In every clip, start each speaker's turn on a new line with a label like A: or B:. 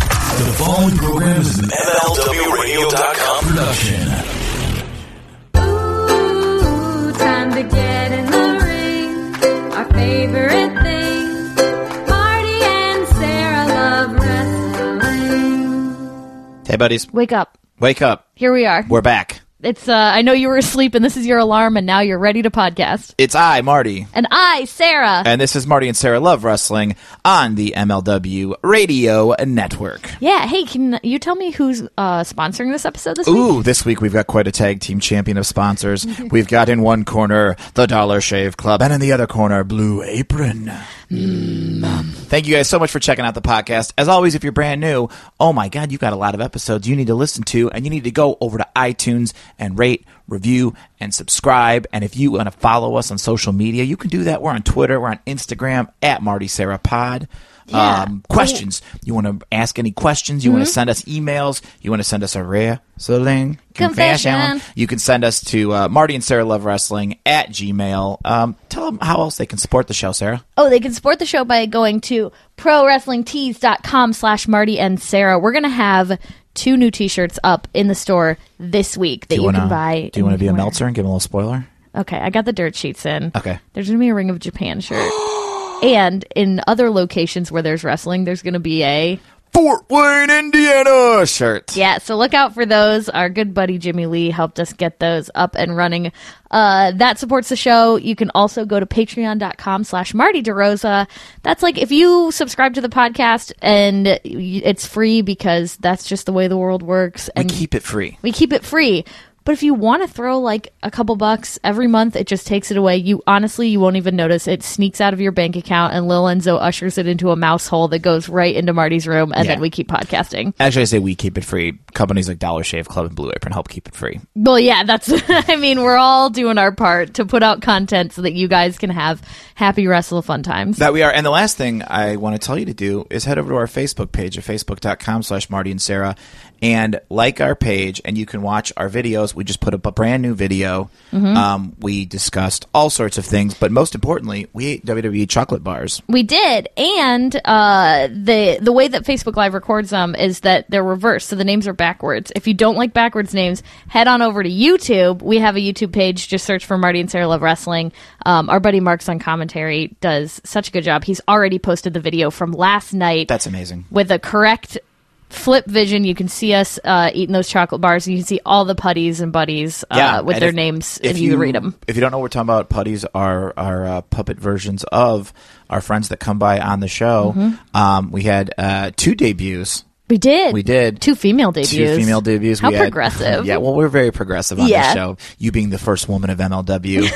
A: The following program is an MLWRadio.com production.
B: Ooh, time to get in the ring. Our favorite thing. Marty and Sarah love wrestling.
C: Hey, buddies,
D: Wake up.
C: wake up.
D: Here we are.
C: We're back.
D: It's uh I know you were asleep and this is your alarm and now you're ready to podcast.
C: It's I, Marty,
D: And I, Sarah.
C: and this is Marty and Sarah Love Wrestling on the MLW Radio Network.
D: yeah, hey, can you tell me who's uh sponsoring this episode this week?
C: Ooh, this week we've got quite a tag team champion of sponsors. We've got in one corner the Dollar Shave Club, and in the other corner, Blue Apron. Thank you guys so much for checking out the podcast. As always, if you're brand new, oh my God, you've got a lot of episodes you need to listen to, and you need to go over to iTunes and rate, review, and subscribe. And if you want to follow us on social media, you can do that. We're on Twitter, we're on Instagram at Marty Sarah Pod. Um,
D: Yeah.
C: questions. You want to ask any questions? You want to send us emails? You want to send us a wrestling confession?
D: Confession.
C: You can send us to uh, Marty and Sarah Love Wrestling at Gmail. Um, tell them how else they can support the show, Sarah.
D: Oh, they can support the show by going to prowrestlingtees.com slash Marty and Sarah. We're gonna have two new t shirts up in the store this week that you,
C: wanna-
D: can buy.
C: Do you want to
D: and
C: be a
D: can wear.
C: Meltzer and give him a little spoiler?
D: Okay, I got the dirt sheets in.
C: Okay.
D: There's going to be a Ring of Japan shirt. and in other locations where there's wrestling, there's going to be a.
C: Fort Wayne, Indiana shirt.
D: Yeah, so look out for those. Our good buddy Jimmy Lee helped us get those up and running. Uh, that supports the show. You can also go to patreon.com slash Marty DeRosa. That's like if you subscribe to the podcast and y- it's free because that's just the way the world works.
C: We
D: And
C: keep it free.
D: we keep it free. But if you want to throw like a couple bucks every month, it just takes it away. You honestly, you won't even notice. It sneaks out of your bank account, and Lil Enzo ushers it into a mouse hole that goes right into Marty's room, and
C: Yeah.
D: then we keep podcasting.
C: Actually, I say we keep it free. Companies like Dollar Shave Club and Blue Apron help keep it free.
D: Well, yeah, that's. I mean, we're all doing our part to put out content so that you guys can have happy wrestle fun times.
C: That we are. And the last thing I want to tell you to do is head over to our Facebook page at facebook.com slash Marty and Sarah and like our page and you can watch our videos. We just put up a brand new video.
D: Mm-hmm.
C: Um, we discussed all sorts of things, but most importantly, we ate WWE chocolate bars.
D: We did, and uh, the the way that Facebook Live records them is that they're reversed, so the names are backwards. If you don't like backwards names, head on over to YouTube. We have a YouTube page. Just search for Marty and Sarah Love Wrestling. Um, our buddy Mark's on commentary does such a good job. He's already posted the video from last night
C: That's amazing.
D: with a correct flip vision. You can see us uh, eating those chocolate bars, and you can see all the putties and buddies uh, with
C: and
D: their
C: if-
D: names if, you, read them.
C: If you don't know what we're talking about, putties are are uh, puppet versions of our friends that come by on the show.
D: Mm-hmm.
C: Um, we had uh, two debuts.
D: We did.
C: We did.
D: two female debuts.
C: Two female debuts.
D: How
C: we had-
D: progressive.
C: yeah, well, we're very progressive on
D: Yeah.
C: this show. You being the first woman of MLW.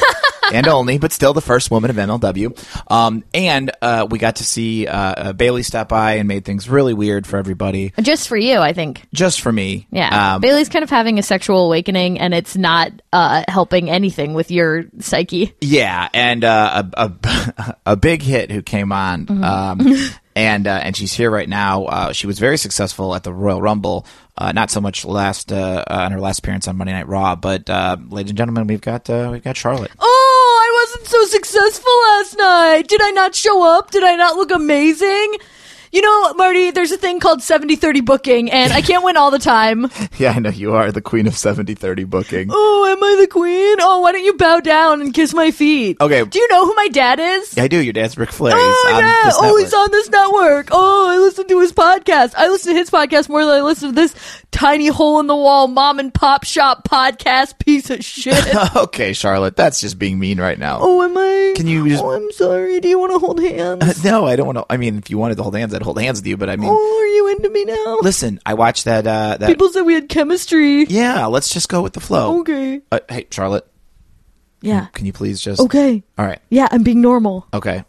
C: and only, but still the first woman of MLW. Um, and uh, we got to see uh, uh, Bailey stop by and made things really weird for everybody.
D: Just for you, I think.
C: Just for me.
D: Yeah.
C: Um,
D: Bailey's kind of having a sexual awakening and it's not uh, helping anything with your psyche.
C: Yeah, and uh, a, a a big hit who came on,
D: Mm-hmm.
C: um, and uh, and she's here right now. Uh, she was very successful at the Royal Rumble. Uh, not so much last uh, uh, on her last appearance on Monday Night Raw, but uh, ladies and gentlemen, we've got uh, we've got Charlotte.
D: Oh, I wasn't so successful last night. Did I not show up? Did I not look amazing? You know, Marty, there's a thing called 70 30 booking, and I can't win all the time.
C: Yeah, I know you are the queen of 70-30 booking.
D: Oh, am I the queen? Oh, why don't you bow down and kiss my feet?
C: Okay.
D: Do you know who my dad is?
C: I do. Your dad's Ric Flair.
D: Oh,
C: Oh. he's on
D: yeah.
C: this
D: oh, he's
C: network.
D: on this network. Oh, I listen to his podcast. I listen to his podcast more than I listen to this tiny hole in the wall mom and pop shop podcast piece of shit.
C: okay, Charlotte. That's just being mean right now.
D: oh, am I?
C: Can you just- Uh,
D: Oh, I'm sorry. Do you want to hold hands?
C: No, I don't want to. I mean, if you wanted to hold hands, I'd hold hands with you. But I mean,
D: oh, are you into me now?
C: listen. I watched that. Uh, that.
D: People said we had chemistry.
C: yeah, let's just go with the flow.
D: Okay.
C: Uh, hey, Charlotte.
D: Yeah.
C: Can you please just?
D: Okay.
C: All right.
D: Yeah, I'm being normal.
C: Okay.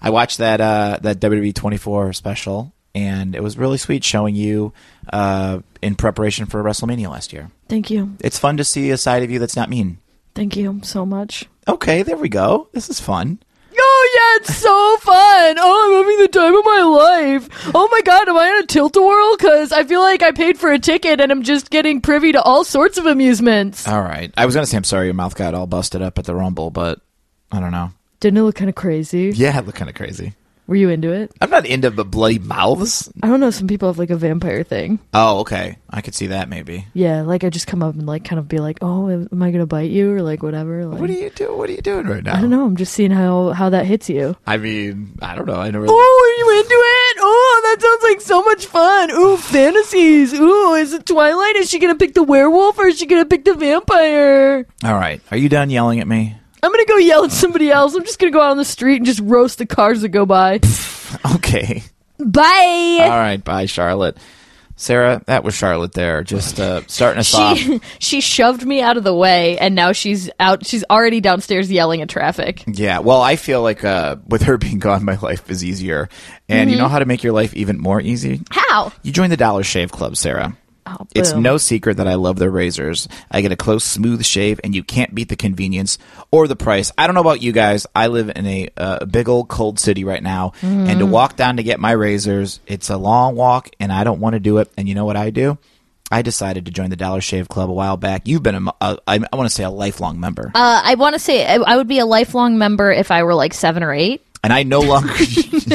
C: I watched that uh, that WWE 24 special, and it was really sweet showing you uh, in preparation for WrestleMania last year.
D: Thank you.
C: It's fun to see a side of you that's not mean.
D: Thank you so much.
C: Okay, there we go. This is fun.
D: Oh yeah, it's so fun. Oh, I'm having the time of my life. Oh my god, am I on a tilt a whirl? Because I feel like I paid for a ticket and I'm just getting privy to all sorts of amusements.
C: All right. I was gonna say I'm sorry your mouth got all busted up at the Rumble, but I don't know.
D: Didn't it look kind of crazy?
C: Yeah, it looked kind of crazy.
D: Were you into it?
C: I'm not into the bloody mouths.
D: I don't know. Some people have like a vampire thing.
C: Oh, okay. I could see that maybe.
D: Yeah, like I just come up and like kind of be like, "Oh, am am I gonna bite you?" or like whatever. Like,
C: What are you doing? What are you doing right now?
D: I don't know. I'm just seeing how how that hits you.
C: I mean, I don't know. I never.
D: Oh, are you into it? Oh, that sounds like so much fun. Ooh, fantasies. Ooh, is it Twilight? Is she gonna pick the werewolf or is she gonna pick the vampire?
C: All right. Are you done yelling at me?
D: I'm gonna go yell at somebody else. I'm just gonna go out on the street and just roast the cars that go by.
C: Okay.
D: Bye.
C: All right. Bye, Charlotte. Sarah, that was Charlotte there, just uh, starting us off.
D: she she shoved me out of the way and now she's out she's already downstairs yelling at traffic
C: Yeah, well, I feel like uh, with her being gone, my life is easier. And you know how to make your life even more easy?
D: how
C: You join the Dollar Shave Club, Sarah.
D: oh,
C: It's
D: boom.
C: no secret that I love their razors. I get a close, smooth shave, and you can't beat the convenience or the price. I don't know about you guys. I live in a uh, big old cold city right now, and to walk down to get my razors, it's a long walk, and I don't want to do it. And you know what I do? I decided to join the Dollar Shave Club a while back. You've been, a mo- a- I want to say, a lifelong member,
D: uh, i want to say I, I would be a lifelong member if i were like seven or eight
C: and I no longer.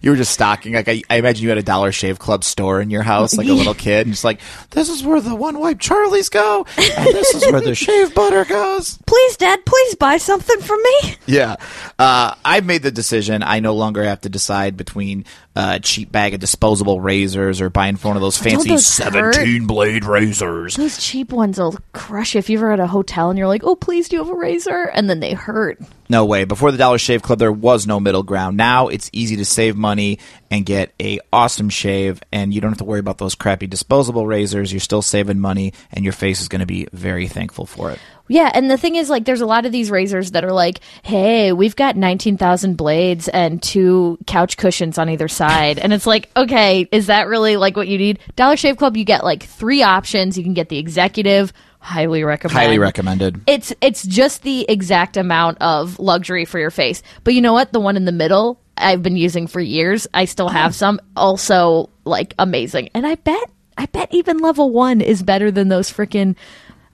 C: you were just stocking. Like I, I imagine you had a Dollar Shave Club store in your house, like a little kid, and just like this is where the one wipe Charlies go, and this is where the shave butter goes.
D: please dad please buy something for me
C: Yeah, uh, I've made the decision. I no longer have to decide between a cheap bag of disposable razors or buying for one of those fancy
D: those hurt?
C: seventeen blade razors.
D: those cheap ones will crush you if you ever at a hotel and you're like oh please do you have a razor and then they hurt
C: No way. Before the Dollar Shave Club, there was no middle ground. Now it's easy to save money and get a awesome shave, and you don't have to worry about those crappy disposable razors. You're still saving money, and your face is going to be very thankful for it.
D: yeah, and the thing is, like, there's a lot of these razors that are like, "Hey, we've got nineteen thousand blades and two couch cushions on either side," and it's like, okay, is that really like what you need? Dollar Shave Club, you get like three options. You can get the executive, highly recommend,
C: Highly recommended.
D: It's it's just the exact amount of luxury for your face. But you know what? The one in the middle, I've been using for years. I still have some. Also, like amazing. And I bet I bet even level one is better than those freaking.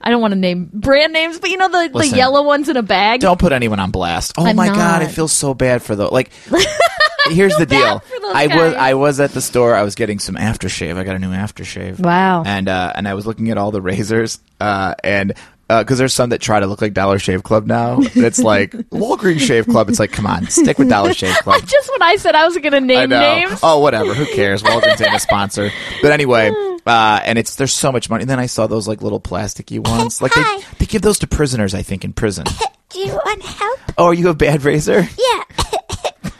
D: I don't want to name brand names, but you know the, the
C: Listen.
D: yellow ones in a bag.
C: Don't put anyone on blast. Oh
D: I'm
C: my god,
D: not.
C: I feel so bad for those. Like, here's the deal.
D: for those
C: I was
D: guys.
C: I was at the store. I was getting some aftershave. I got a new aftershave.
D: Wow.
C: And uh, and I was looking at all the razors. Uh, and because there's some that try to look like Dollar Shave Club now. It's like Walgreens Shave Club. It's like, come on, stick with Dollar Shave Club.
D: Just when I said I was going to
C: I
D: name
C: know.
D: names,
C: Oh, whatever. Who cares? Walgreens ain't a sponsor. But anyway, uh, and it's there's so much money. And then I saw those like little plasticky ones. Like they,
E: Hi.
C: they give those to prisoners, I think, in prison.
E: Do you want help?
C: Oh, are you a bad razor?
E: Yeah.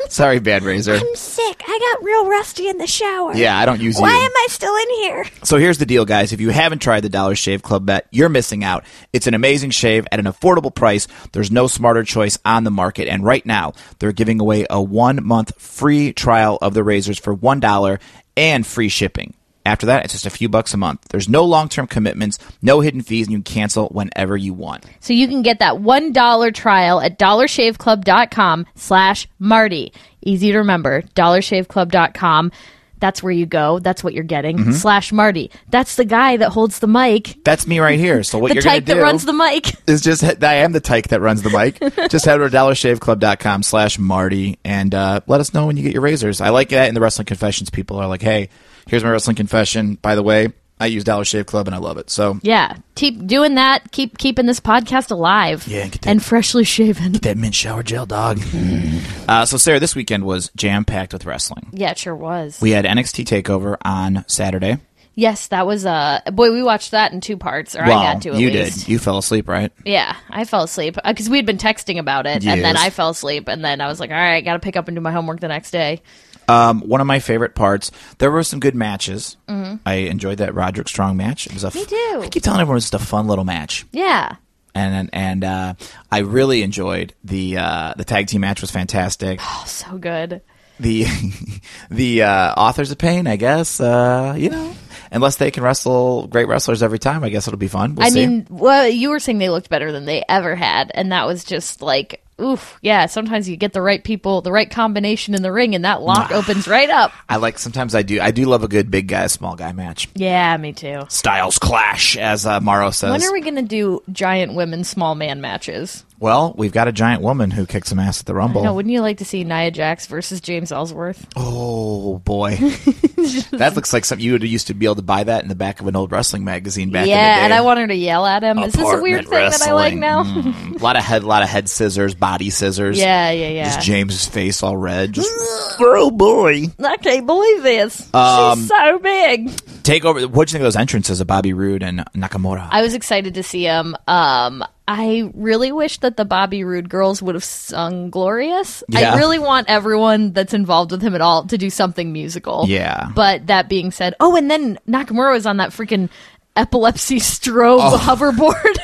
C: Sorry, bad razor.
E: I'm sick. I got real rusty in the shower.
C: Yeah, I don't use
E: Why
C: you.
E: am I still in here?
C: So here's the deal, guys. If you haven't tried the Dollar Shave Club bet, you're missing out. It's an amazing shave at an affordable price. There's no smarter choice on the market. And right now, they're giving away a one month free trial of the razors for $1 and free shipping. After that, it's just a few bucks a month. There's no long term commitments, no hidden fees, and you can cancel whenever you want.
D: so you can get that one dollar trial at dollarshaveclub.com slash Marty. Easy to remember, dollarshaveclub.com. That's where you go. That's what you're getting.
C: Mm-hmm.
D: Slash Marty. That's the guy that holds the mic.
C: That's me right here. So what
D: The
C: you're going
D: type
C: to
D: that
C: do
D: runs the mic.
C: is just I am the tyke that runs the mic. just head over to dollarshaveclub.com slash Marty and uh, let us know when you get your razors. I like that in the wrestling confessions. People are like, hey, here's my wrestling confession. By the way, I use Dollar Shave Club and I love it. So
D: Yeah, keep doing that. Keep keeping this podcast alive.
C: Yeah, get that-
D: and freshly shaven.
C: that mint shower gel dog. uh, so Sarah, this weekend was jam packed with wrestling.
D: Yeah, it sure was.
C: We had NXT Takeover on Saturday.
D: yes, that was uh boy. We watched that in two parts, or I got to. At
C: you
D: least.
C: did. You fell asleep, right?
D: Yeah, I fell asleep because we had been texting about it, and then
C: Yes.
D: I fell asleep, and then I was like, all right, got to pick up and do my homework the next day.
C: Um, one of my favorite parts. There were some good matches. I enjoyed that Roderick Strong match. It was a Me
D: Mm-hmm. too.
C: I keep telling everyone it's just a fun little match.
D: Yeah,
C: and and, and uh, I really enjoyed the uh, the tag team match was fantastic.
D: so good.
C: The the uh, authors of pain, I guess, uh, you know, unless they can wrestle great wrestlers every time, I guess it'll be fun. We'll
D: I
C: see.
D: mean, well, you were saying they looked better than they ever had, and that was just like Oof, yeah. Sometimes you get the right people, the right combination in the ring, and that lock opens right up.
C: I like sometimes I do I do love a good big guy small guy match.
D: Yeah, me too.
C: Styles clash, as uh, Morrow says.
D: When are we gonna do giant women small man matches?
C: well, we've got a giant woman who kicks some ass at the Rumble.
D: No, wouldn't you like to see Nia Jax versus James Ellsworth?
C: Oh boy, that looks like something you would used to be able to buy that in the back of an old wrestling magazine back in the day.
D: yeah, and I want her to yell at him. Is this a weird
C: Apartment
D: thing that I like
C: wrestling.
D: now?
C: Mm. a lot of head, lot of head scissors, body scissors.
D: yeah, yeah, yeah.
C: Just James's face all red. Just oh boy.
D: I can't believe this.
C: Um,
D: She's so big.
C: Take over. What do you think of those entrances of Bobby Roode and Nakamura?
D: I was excited to see him. Um, I really wish that the Bobby Roode girls would have sung "Glorious."
C: Yeah.
D: I really want everyone that's involved with him at all to do something musical.
C: Yeah.
D: But that being said, oh, and then Nakamura was on that freaking epilepsy strobe
C: Oh.
D: hoverboard.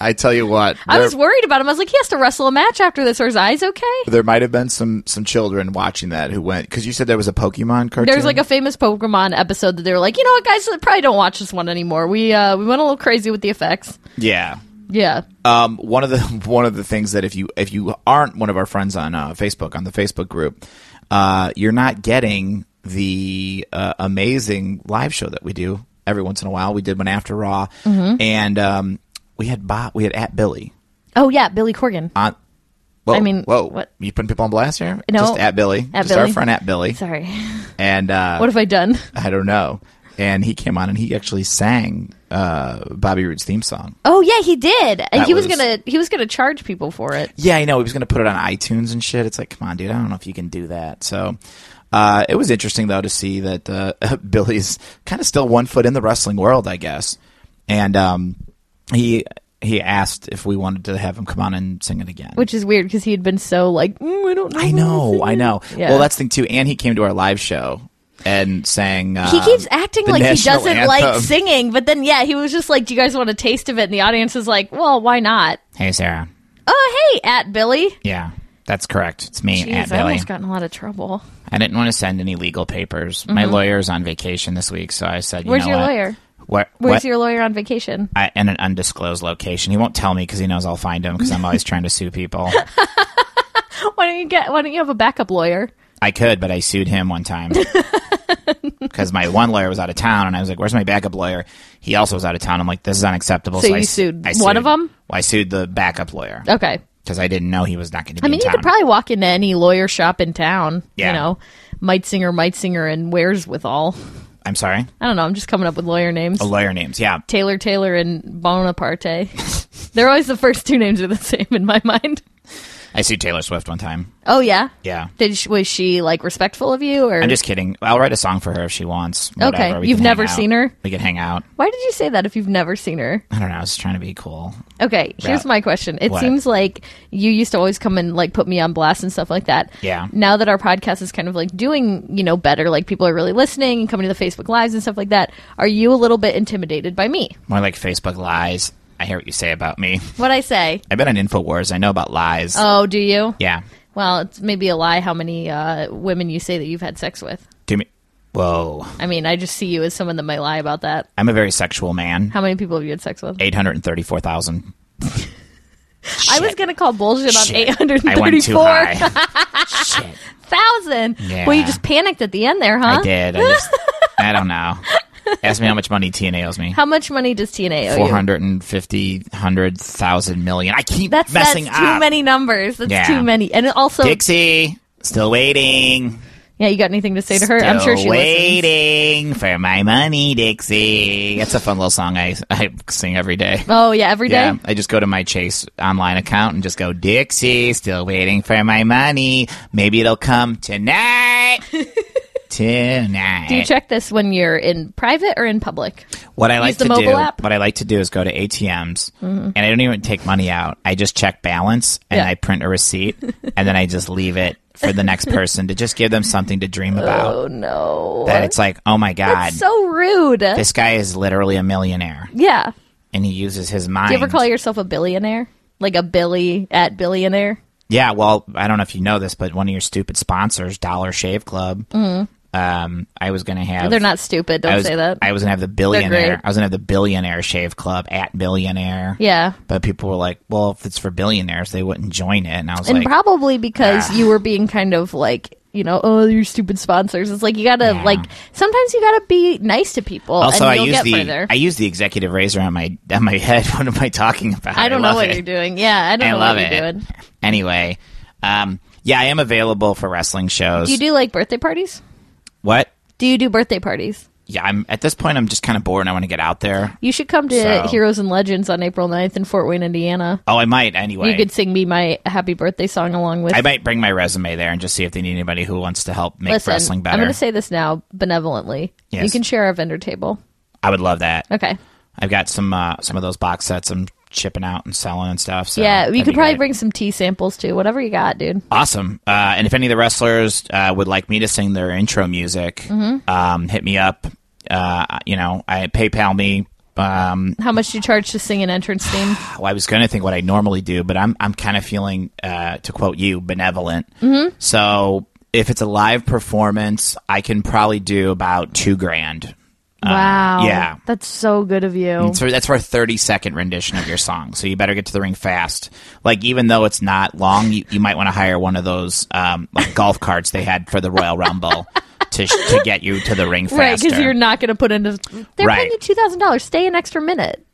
C: I tell you what,
D: I
C: there-
D: was worried about him. I was like, he has to wrestle a match after this, or his eyes okay?
C: there might have been some some children watching that who went because you said there was a Pokemon cartoon.
D: There's like a famous Pokemon episode that they were like, you know what, guys, I probably don't watch this one anymore. We uh, we went a little crazy with the effects.
C: yeah.
D: Yeah.
C: Um, one of the one of the things that if you if you aren't one of our friends on uh, Facebook on the Facebook group, uh, you're not getting the uh, amazing live show that we do every once in a while. We did one after Raw,
D: Mm-hmm.
C: and um, we had Bob, we had at Billy
D: Oh yeah, Billy Corgan.
C: on. Whoa,
D: I mean,
C: whoa,
D: what-
C: you putting people on blast here?
D: No.
C: just at Billy,
D: At
C: just our
D: Billy.
C: friend at Billy,
D: Sorry.
C: and uh,
D: What have I done?
C: I don't know. And he came on and he actually sang uh, Bobby Roode's theme song.
D: Oh yeah, he did. And
C: That
D: he was,
C: was-
D: gonna he was gonna charge people for it.
C: Yeah, I know. He was going to put it on iTunes and shit. It's like, come on, dude. I don't know if you can do that. So uh, it was interesting, though, to see that uh, Billy's kind of still one foot in the wrestling world, I guess. And um, he he asked if we wanted to have him come on and sing it again.
D: Which is weird because he had been so like, mm, I don't know.
C: I know, I know.
D: Yeah.
C: Well, that's the thing, too. And he came to our live show and sang.
D: He
C: um,
D: keeps acting
C: the
D: like he
C: national
D: doesn't
C: anthem.
D: like singing, but then yeah, he was just like, "Do you guys want a taste of it?" And the audience is like, "Well, why not?"
C: Hey, Sarah.
D: Oh hey, at Billy.
C: Yeah, that's correct. It's me,
D: Jeez,
C: Aunt
D: I
C: Billy.
D: almost got in a lot of trouble.
C: I didn't want to send any legal papers. My lawyer's on vacation this week, so I said, you
D: Mm-hmm. Where's
C: know
D: your
C: what?
D: lawyer?
C: Where,
D: Where's
C: what-
D: your lawyer on vacation?
C: I, in an undisclosed location. He won't tell me because he knows I'll find him because I'm always trying to sue people.
D: Why don't you get? Why don't you have a backup lawyer?
C: I could, but I sued him one time because my one lawyer was out of town, and I was like, "Where's my backup lawyer?" He also was out of town. I'm like, "This is unacceptable."
D: So
C: I
D: you
C: s-
D: sued
C: I
D: one of 'em?
C: Well, I sued the backup lawyer
D: Okay.
C: because I didn't know he was not going to be.
D: I mean,
C: in
D: you
C: town.
D: could probably walk into any lawyer shop in town.
C: Yeah.
D: You know, Meitzinger, Meitzinger, and Where's with all.
C: I'm sorry, Oh,
D: I don't know. I'm just coming up with lawyer names.
C: lawyer names. Yeah,
D: Taylor, Taylor, and Bonaparte. They're always the first two names are the same in my mind.
C: I sued Taylor Swift one time.
D: Oh yeah.
C: Yeah.
D: Did she, was she like respectful of you or?
C: I'm just kidding. I'll write a song for her if she wants.
D: Okay.
C: Whatever. We
D: You've
C: can hang
D: never
C: out.
D: seen her?
C: We could hang out.
D: Why did you say that if you've never seen her?
C: I don't know. I was just trying to be cool.
D: Okay, here's
C: Yeah.
D: my question. It
C: What?
D: seems like you used to always come and like put me on blast and stuff like that.
C: Yeah.
D: Now that our podcast is kind of like doing, you know, better, like people are really listening and coming to the Facebook lives and stuff like that, are you a little bit intimidated by me?
C: More like Facebook lies. I hear what you say about me.
D: What I say?
C: I've been on Infowars. I know about lies.
D: Oh, do you?
C: yeah.
D: Well, it's maybe a lie how many uh, women you say that you've had sex with.
C: Do me. Whoa.
D: I mean, I just see you as someone that might lie about that.
C: I'm a very sexual man.
D: How many people have you had sex with?
C: Eight hundred thirty-four thousand.
D: I was going to call bullshit on
C: I went too
D: 834,000.
C: high. Shit. Yeah.
D: Well, you just panicked at the end there, huh?
C: I did. I just. I don't know. Ask me how much money TNA owes me.
D: How much money does TNA owe
C: Four
D: you?
C: hundred and fifty hundred thousand million. I keep
D: That's that's
C: messing
D: too
C: up.
D: many numbers. That's
C: Yeah.
D: too many. And also,
C: Dixie, still waiting.
D: yeah, you got anything to say to her? I'm sure she
C: Still
D: listens.
C: waiting for my money, Dixie. That's a fun little song I, I sing every day.
D: Oh yeah, every day.
C: Yeah, I just go to my Chase online account and just go Dixie, still waiting for my money. Maybe it'll come tonight. tonight.
D: Do you check this when you're in private or in public?
C: what I like
D: the
C: to
D: mobile
C: do,
D: app? Mm-hmm.
C: what I like to do is go to ATMs and I don't even take money out. I just check balance and
D: Yeah.
C: I print a receipt and then I just leave it for the next person to just give them something to dream about.
D: Oh no,
C: that it's like, oh my god,
D: that's so rude.
C: this guy is literally a millionaire
D: yeah.
C: and he uses his mind.
D: Do you ever call yourself a billionaire? Like a Billy at billionaire?
C: Yeah, well, I don't know if you know this, but one of your stupid sponsors, Dollar Shave Club, Um, I was gonna have.
D: Mm-hmm. They're not stupid. Don't
C: I was,
D: say that.
C: I was gonna have the billionaire.
D: great.
C: I was gonna have the billionaire shave club at billionaire.
D: yeah.
C: But people were like, "Well, if it's for billionaires, they wouldn't join it." And I was
D: and
C: like,
D: probably because you were being kind of like you know oh your stupid sponsors it's like you gotta
C: Yeah.
D: like sometimes you gotta be nice to people
C: "Also, I
D: and you'll
C: use
D: get
C: the
D: further
C: I use the executive razor on my on my head. What am I talking about?
D: I don't know
C: love
D: what
C: it.
D: you're doing yeah i don't
C: I
D: know
C: love
D: what
C: it.
D: you're doing
C: Anyway, um, yeah, I am available for wrestling shows.
D: do you do like birthday parties
C: what?
D: do you do birthday parties
C: Yeah, I'm at this point. I'm just kind of bored. and I want to get out there.
D: you should come to
C: So-
D: heroes and legends on april 9th in fort wayne indiana
C: Oh, I might anyway.
D: you could sing me my happy birthday song along with
C: I might bring my resume there and just see if they need anybody who wants to help make
D: listen
C: wrestling better.
D: i'm gonna say this now benevolently you
C: Yes.
D: can share our vendor table
C: I would love that.
D: okay
C: I've got some uh, some of those box sets I'm chipping out and selling and stuff. So
D: yeah you
C: that'd
D: Uh, could
C: be
D: probably
C: good.
D: bring some tea samples too whatever you got dude
C: awesome. Uh, and if any of the wrestlers uh, would like me to sing their intro music,
D: Mm-hmm.
C: um, hit me up. Uh, you know, I PayPal me. Um,
D: How much do you charge to sing an entrance theme?
C: well, I was going to think what I normally do, but I'm I'm kind of feeling, uh, to quote you, benevolent. Mm-hmm. So if it's a live performance, I can probably do about two grand. Um,
D: wow.
C: yeah.
D: That's so good of you.
C: It's for, that's for a 30 second rendition of your song. So you better get to the ring fast. Like, even though it's not long, you, you might want to hire one of those um, like golf carts they had for the Royal Rumble to, to get you to the ring faster.
D: Right, because you're not going to put into. They're
C: Right.
D: paying you two thousand dollars. Stay an extra minute.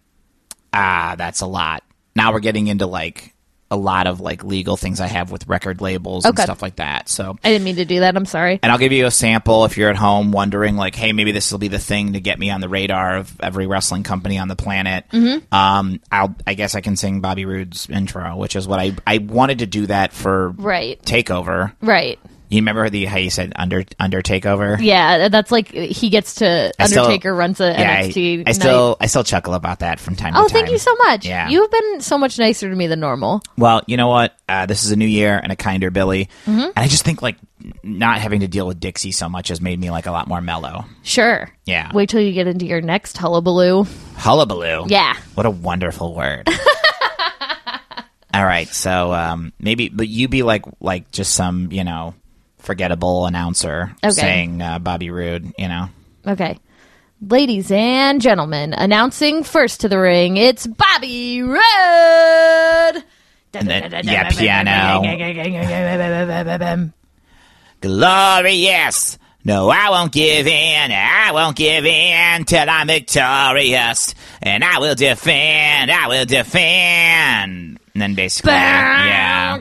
C: ah, that's a lot. Now we're getting into like a lot of like legal things I have with record labels and
D: Okay.
C: stuff like that. So.
D: I didn't mean to do that. I'm sorry.
C: And I'll give you a sample if you're at home wondering, like, hey, maybe this will be the thing to get me on the radar of every wrestling company on the planet.
D: Mm-hmm.
C: Um, I'll, I guess I can sing Bobby Roode's intro, which is what I, I wanted to do that for
D: Right.
C: Takeover.
D: Right.
C: You remember the how you said under under Takeover?
D: Yeah. uh, That's like he gets to
C: I still-
D: Undertaker runs a
C: Yeah,
D: NXT.
C: I, I
D: night.
C: still I still chuckle about that from time
D: Oh,
C: to time.
D: thank you so much.
C: Yeah.
D: You've been so much nicer to me than normal.
C: Well, you know what? Uh, this is a new year and a kinder Billy,
D: Mm-hmm.
C: and I just think like n- not having to deal with Dixie so much has made me like a lot more mellow.
D: Sure.
C: Yeah.
D: Wait till you get into your next hullabaloo.
C: Hullabaloo.
D: Yeah.
C: What a wonderful word. All right, so um, maybe, but you be like, like just some, you know, forgettable announcer
D: Okay.
C: saying uh, Bobby Roode, you know.
D: Okay. Ladies and gentlemen, announcing first to the ring, it's Bobby Roode.
C: And then, yeah, piano. Glorious. No, I won't give in. I won't give in till I'm victorious. And I will defend. I will defend. And then basically, yeah,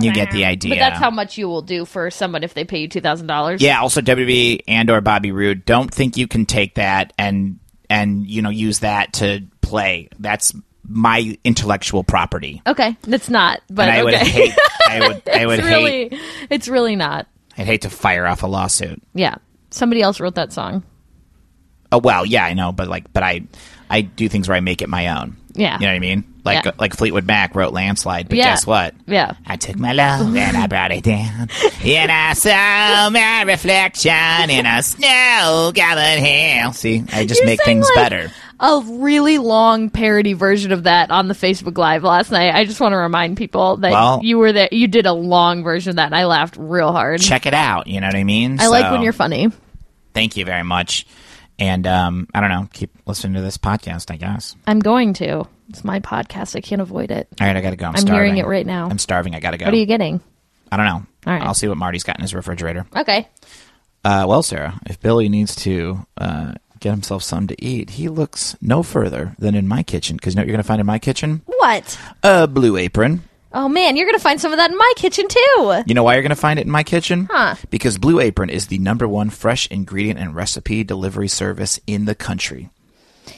C: you get the idea.
D: But that's how much you will do for someone if they pay you two thousand dollars.
C: Yeah. Also, WWE and or Bobby Roode don't think you can take that and and you know use that to play. That's my intellectual property,
D: Okay, it's not. But
C: and I
D: okay.
C: would hate. I would. I would
D: it's really,
C: hate.
D: it's really not.
C: I'd hate to fire off a lawsuit.
D: Yeah, somebody else wrote that song.
C: Oh well, yeah, I know, but like, but I, I do things where I make it my own.
D: Yeah.
C: You know what I mean? Like
D: Yeah.
C: like Fleetwood Mac wrote "Landslide," but
D: Yeah.
C: guess what?
D: Yeah.
C: I took my love and I brought it down, and I saw my reflection in a snow-covered hill. See, I just
D: You
C: make
D: sang,
C: things
D: like,
C: better.
D: A really long parody version of that on the Facebook Live last night. I just want to remind people that
C: Well-
D: you were there. You did a long version of that, and I laughed real hard.
C: check it out. You know what I mean?
D: I like when
C: So,
D: you're funny.
C: Thank you very much. And um, I don't know. Keep listening to this podcast. I guess.
D: I'm going to. It's my podcast. I can't avoid it.
C: All right, I gotta go. I'm,
D: I'm
C: starving.
D: hearing it right now.
C: I'm starving. I gotta go.
D: What are you getting?
C: I don't know.
D: All right.
C: I'll see what Marty's got in his refrigerator.
D: Okay.
C: Uh, well, Sarah, if Billy needs to uh, get himself something to eat, he looks no further than in my kitchen. Because you know what you're gonna find in my kitchen?
E: What?
C: A blue apron.
D: Oh man, you're gonna find some of that in my kitchen too.
C: You know why you're going to find it in my kitchen?
D: Huh.
C: Because Blue Apron is the number one fresh ingredient and recipe delivery service in the country.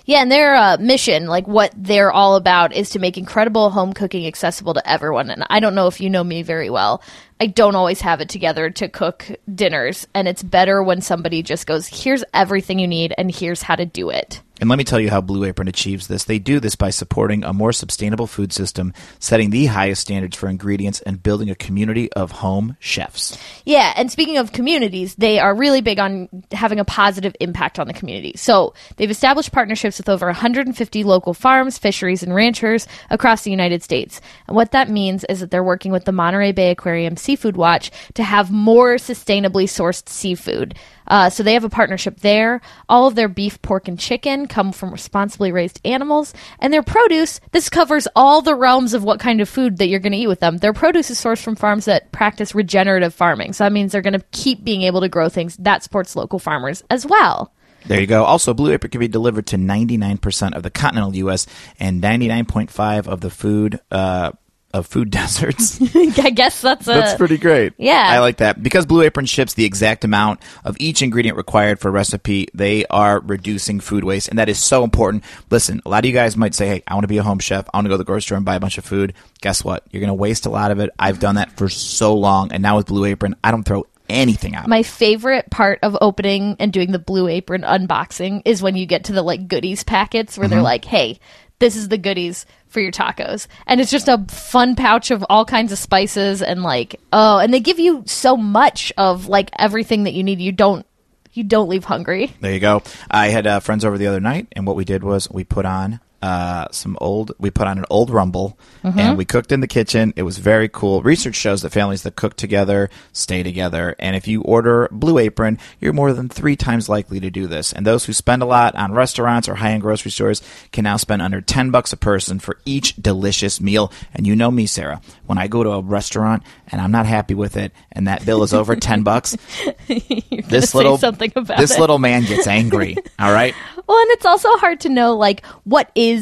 D: Yeah, and their uh, mission, like what they're all about, is to make incredible home cooking accessible to everyone. And I don't know if you know me very well. I don't always have it together to cook dinners, and it's better when somebody just goes, "Here's everything you need, and here's how to do it."
C: And let me tell you how Blue Apron achieves this. They do this by supporting a more sustainable food system, setting the highest standards for ingredients, and building a community of home chefs.
D: Yeah, and speaking of communities, they are really big on having a positive impact on the community. So they've established partnerships with over 150 local farms, fisheries, and ranchers across the United States. And what that means is that they're working with the Monterey Bay Aquarium, Seafood Watch to have more sustainably sourced seafood. Uh, so they have a partnership there. All of their beef, pork, and chicken come from responsibly raised animals, and their produce. This covers all the realms of what kind of food that you're going to eat with them. Their produce is sourced from farms that practice regenerative farming, so that means they're going to keep being able to grow things that supports local farmers as well.
C: There you go. Also, Blue Apron can be delivered to 99% of the continental U.S. and 99.5 of the food uh, of food deserts.
D: I guess that's a
C: That's pretty great.
D: yeah.
C: I like that. Because Blue Apron ships the exact amount of each ingredient required for a recipe, they are reducing food waste, and that is so important. Listen, a lot of you guys might say, Hey, I want to be a home chef. I want to go to the grocery store and buy a bunch of food. Guess what? You're going to waste a lot of it. I've done that for so long, and now with Blue Apron, I don't throw anything out.
D: my favorite part of opening and doing the blue apron unboxing is when you get to the like goodies packets where they're like hey this is the goodies for your tacos and it's just a fun pouch of all kinds of spices and like oh and they give you so much of like everything that you need you don't you don't leave hungry
C: There you go. I had uh, friends over the other night, and what we did was we put on uh, some old, we put on an old rumble, and we cooked in the kitchen. It was very cool. Research shows that families that cook together stay together, and if you order Blue Apron, you're more than three times likely to do this. And those who spend a lot on restaurants or high-end grocery stores can now spend under ten bucks a person for each delicious meal. And you know me, Sarah, when I go to a restaurant and I'm not happy with it, and that bill is over ten bucks, this
D: say
C: little
D: something about
C: this
D: it.
C: little man gets angry. all right.
D: Well, and it's also hard to know like what is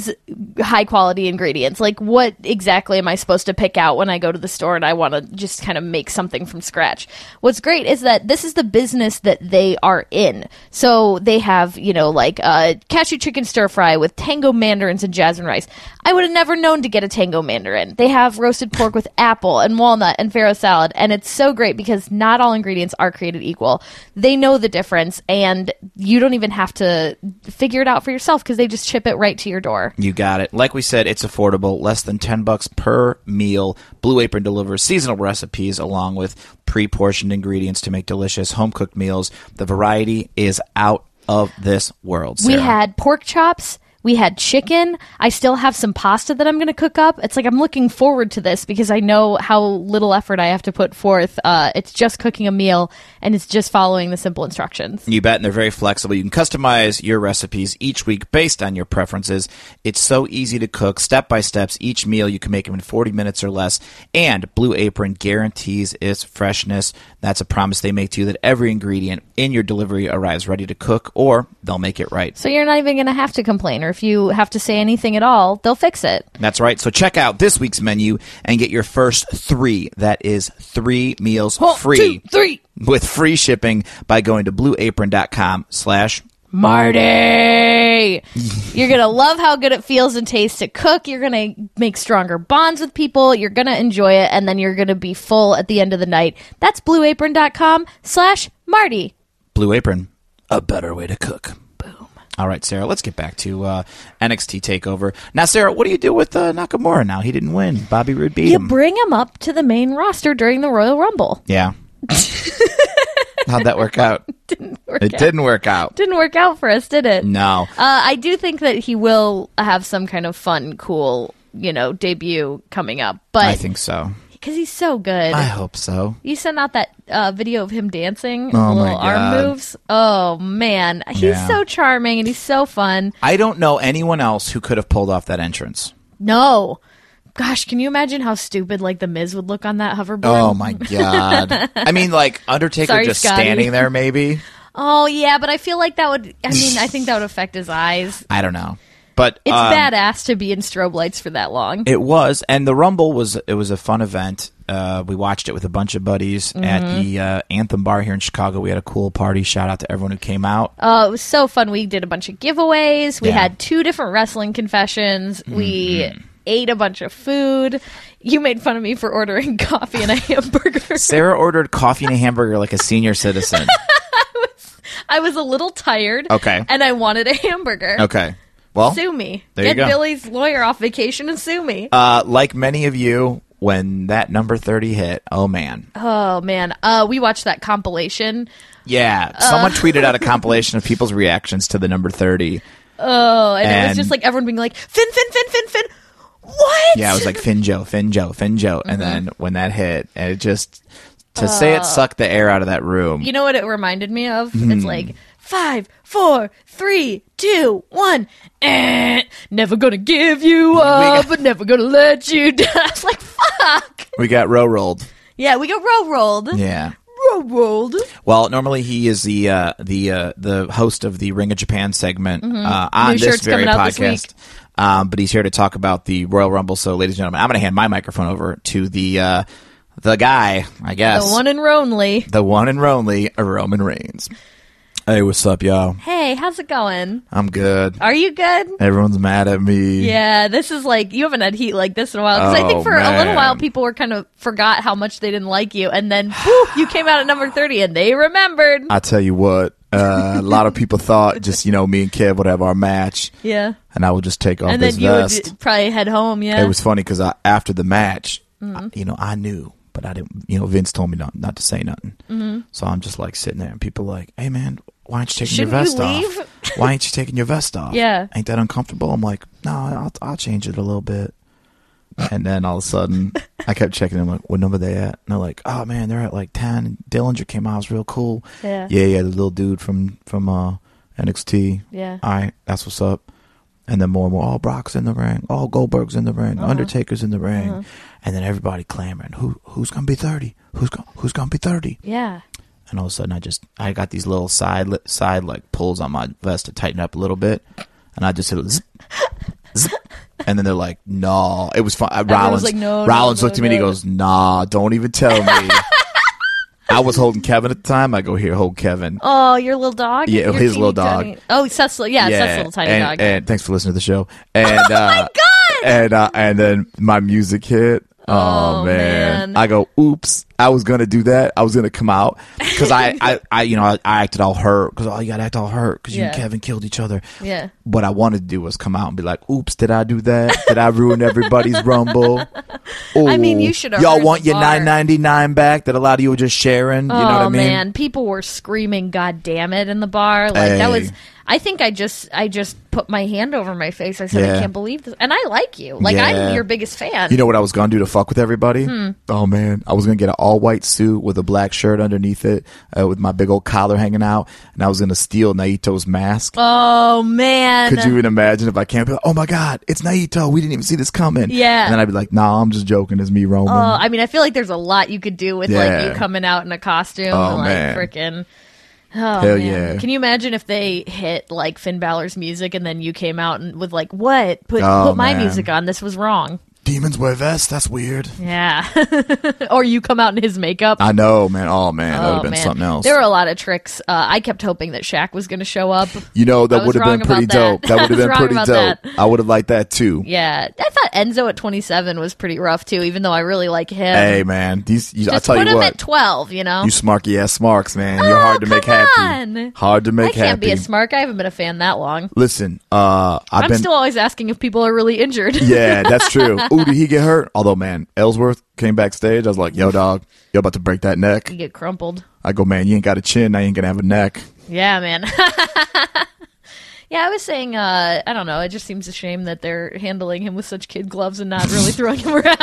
D: high quality ingredients. Like what exactly am I supposed to pick out when I go to the store and I want to just kind of make something from scratch. What's great is that this is the business that they are in. So they have, you know, like uh, cashew chicken stir fry with tango mandarins and jasmine rice. I would have never known to get a tango mandarin. They have roasted pork with apple and walnut and farro salad and it's so great because not all ingredients are created equal. They know the difference and you don't even have to figure it out for yourself because they just ship it right to your door.
C: You got it. Like we said, it's affordable, less than 10 bucks per meal. Blue Apron delivers seasonal recipes along with pre-portioned ingredients to make delicious home-cooked meals. The variety is out of this world.
D: We
C: Sarah.
D: had pork chops. We had chicken. I still have some pasta that I'm going to cook up. It's like I'm looking forward to this because I know how little effort I have to put forth. Uh, it's just cooking a meal and it's just following the simple instructions.
C: You bet, and they're very flexible. You can customize your recipes each week based on your preferences. It's so easy to cook, step by steps. Each meal you can make them in 40 minutes or less. And Blue Apron guarantees its freshness. That's a promise they make to you that every ingredient in your delivery arrives ready to cook, or they'll make it right.
D: So you're not even going to have to complain, or if you have to say anything at all, they'll fix it.
C: That's right. So check out this week's menu and get your first three. That is three meals
D: One,
C: free
D: two, three.
C: with free shipping by going to blueapron.com slash
D: Marty. You're going to love how good it feels and tastes to cook. You're going to make stronger bonds with people. You're going to enjoy it. And then you're going to be full at the end of the night. That's blueapron.com slash Marty.
C: Blue Apron, a better way to cook. Boom. All right, Sarah, let's get back to uh, NXT TakeOver. Now, Sarah, what do you do with uh, Nakamura now? He didn't win. Bobby Roode beat
D: You
C: him.
D: bring him up to the main roster during the Royal Rumble.
C: yeah. How'd that work out? it didn't work out.
D: Didn't work out for us, did it?
C: No.
D: Uh, I do think that he will have some kind of fun, cool, you know, debut coming up.
C: I
D: But
C: think so.
D: because he's so good.
C: I hope so.
D: You sent out that uh, video of him dancing, and
C: Oh,
D: the
C: my
D: little arm
C: God.
D: moves. Oh man, he's
C: Yeah.
D: so charming and he's so fun.
C: I don't know anyone else who could have pulled off that entrance.
D: No, gosh, can you imagine how stupid like the Miz would look on that hoverboard?
C: Oh my god! I mean, like Undertaker
D: Sorry,
C: just
D: Scotty.
C: standing there, maybe.
D: Oh, yeah, but I feel like that would. I mean, I think that would affect his eyes.
C: I don't know, but
D: It's
C: um,
D: badass to be in strobe lights for that long.
C: It was, and the Rumble was. It was a fun event. Uh, we watched it with a bunch of buddies
D: Mm-hmm.
C: at the uh, Anthem Bar here in Chicago. We had a cool party. Shout out to everyone who came out.
D: Oh, it was so fun. We did a bunch of giveaways. We
C: Yeah. Mm-hmm.
D: had two different wrestling confessions. We ate a bunch of food. You made fun of me for ordering coffee and a hamburger.
C: Sarah ordered coffee and a hamburger like a senior citizen.
D: I was a little tired.
C: Okay.
D: And I wanted a hamburger.
C: Okay, well,
D: Sue me.
C: There you
D: Get
C: go.
D: Billy's lawyer off vacation and sue me.
C: uh, like many of you, when that number thirty hit, oh man,
D: oh man. Uh we watched that compilation.
C: yeah.
D: Oh.
C: Someone tweeted out a compilation of people's reactions to the number thirty.
D: Oh, and, it was
C: And-
D: just like everyone being like, Finn, Finn, Finn, Finn, Finn.
E: What?
C: Yeah, it was like Finjo, Finjo, Finjo.
D: Mm-hmm.
C: And then when that hit, and it just, to say it sucked the air out of that room.
D: Oh. You know what it reminded me of?
C: Hmm.
D: It's like five, four, three, two, one. Eh, never gonna give you up, but never gonna let you down. I was like, fuck.
C: we got row rolled.
D: Yeah, we got row rolled.
C: Yeah.
D: Row rolled.
C: Well, normally he is the uh, the uh, the host of the Ring of Japan segment uh, on
D: Mm-hmm. New
C: this
D: shirt's
C: very
D: coming out this
C: podcast.
D: week.
C: um, but he's here to talk about the Royal Rumble. So, ladies and gentlemen, I'm going to hand my microphone over to the uh, the guy, I
D: The
C: guess,
D: one in Ronley.
C: the one and only Roman Reigns. Hey, what's up, y'all?
D: Hey, how's it going?
C: I'm good.
D: Are you good?
C: Everyone's mad at me.
D: Yeah, this is like you haven't had heat like this in a while because I
C: Oh,
D: think for a little while
C: man.
D: people were kind of forgot how much they didn't like you, and then whew, you came out at number thirty, and they remembered.
C: I tell you what, uh, a lot of people thought just you know me and Kev would have our match,
D: yeah,
C: and I would just take off
D: and
C: this
D: then you
C: vest.
D: would probably head home. Yeah, Mm-hmm.
C: It was funny because I, after the match, I- you know, I knew, but I didn't. You know, Vince told me not not to say nothing.
D: Mm-hmm.
C: So I'm just like sitting there, and people like, "Hey, man, why aren't you taking your
D: Shouldn't
C: vest
D: you
C: off? why aren't you taking your vest off?
D: Yeah.
C: ain't that uncomfortable?" I'm like, "No, I'll I'll change it a little bit." And then all of a sudden, I kept checking. I'm like, "What number they at?" And they're like, "Oh man, they're at like ten." And Dillinger came out, it was real cool.
D: Yeah.
C: yeah, yeah. The little dude from from uh, NXT.
D: Yeah.
C: All right, that's what's up. And then more and more, oh, Brock's in the ring. Oh, Goldberg's in the ring.
D: Uh-huh.
C: Undertaker's in the ring. And then everybody clamoring, who who's gonna be thirty? Who's gonna who's gonna be thirty?
D: yeah.
C: And all of a sudden, I just I got these little side li- side like pulls on my vest to tighten up a little bit, and I just hit a zip, zip. And then they're like, "No, it was fun." Uh, Rollins,
D: like, "No, no,
C: Rollins
D: no,
C: looked at me and he
D: no."
C: goes, "Nah, don't even tell me." I was holding Kevin at the time. I go, "Here, hold Kevin."
D: Oh, your little dog.
C: Yeah,
D: Your
C: his little
D: teeny tiny-
C: dog.
D: Oh, Cecil. Yeah, Cecil's little tiny
C: and,
D: dog.
C: and thanks for listening to the show. And oh uh, my
D: God!
C: And uh, and then my music hit. Oh,
D: Oh,
C: man.
D: man.
C: I go, oops! I was gonna do that. I was gonna come out because I, I, I, you know, I, I acted all hurt because oh, you gotta act all hurt because you and
D: Yeah.
C: Kevin killed each other.
D: Yeah.
C: What I wanted to do was come out and be like, oops! Did I do that? Did I ruin everybody's rumble?
D: I mean,
C: Ooh,
D: you should have
C: Y'all
D: heard
C: want
D: the
C: your
D: bar.
C: nine ninety nine back that a lot of you were just sharing. you know what I
D: oh
C: mean?
D: man, people were screaming "God damn it!" in the bar. Like that
C: Hey.
D: was. I think I just I just put my hand over my face. I said,
C: Yeah.
D: "I can't believe this," and I like you. Like
C: Yeah.
D: I'm your biggest fan.
C: You know what I was gonna do to fuck with everybody?
D: Hmm.
C: Oh man, I was gonna get an all white suit with a black shirt underneath it, uh, with my big old collar hanging out, and I was gonna steal Naito's mask.
D: oh man,
C: Could you even imagine if I can't be like, oh my god, it's Naito, we didn't even see this coming.
D: Yeah.
C: And then I'd be like, nah, I'm just joking, it's me Roman.
D: Oh, I mean, I feel like there's a lot you could do with
C: Yeah.
D: like you coming out in a costume.
C: Oh,
D: and, like
C: man.
D: freaking. Oh,
C: Hell
D: man.
C: yeah.
D: Can you imagine if they hit like Finn Balor's music and then you came out and with like what put
C: Oh,
D: put my
C: man.
D: music on? This was wrong.
C: Demons wear vests, that's weird.
D: Yeah, or you come out in his makeup.
C: I know, man. Oh man, that would have
D: Oh,
C: been
D: man.
C: something else.
D: There were a lot of tricks. Uh, I kept hoping that Shaq was going to show up.
C: you know,
D: I
C: that
D: was
C: would have
D: wrong
C: been pretty
D: about
C: dope.
D: that.
C: That
D: I
C: would have
D: was
C: been
D: wrong
C: pretty
D: about
C: dope.
D: that.
C: I would have liked that too.
D: Yeah, I thought Enzo at 27 was pretty rough too. Even though I really like him.
C: Hey man, these you, I
D: Just
C: tell
D: put
C: you
D: him
C: what.
D: at 12. You know,
C: you smarky ass smarks, man. You're
D: Oh,
C: hard to make
D: come
C: happy.
D: on.
C: Hard to
D: I
C: make
D: can't
C: happy.
D: be a smart. I haven't been a fan that long.
C: Listen, uh, I've
D: I'm
C: been.
D: still always asking if people are really injured.
C: yeah, that's true. Ooh, did he get hurt? Although, man, Ellsworth came backstage. I was like, yo, dog, you're about to break that neck.
D: You get crumpled.
C: I go, man, you ain't got a chin. I ain't going to have a neck.
D: Yeah, man. yeah, I was saying. Uh, I don't know. It just seems a shame that they're handling him with such kid gloves and not really throwing him around.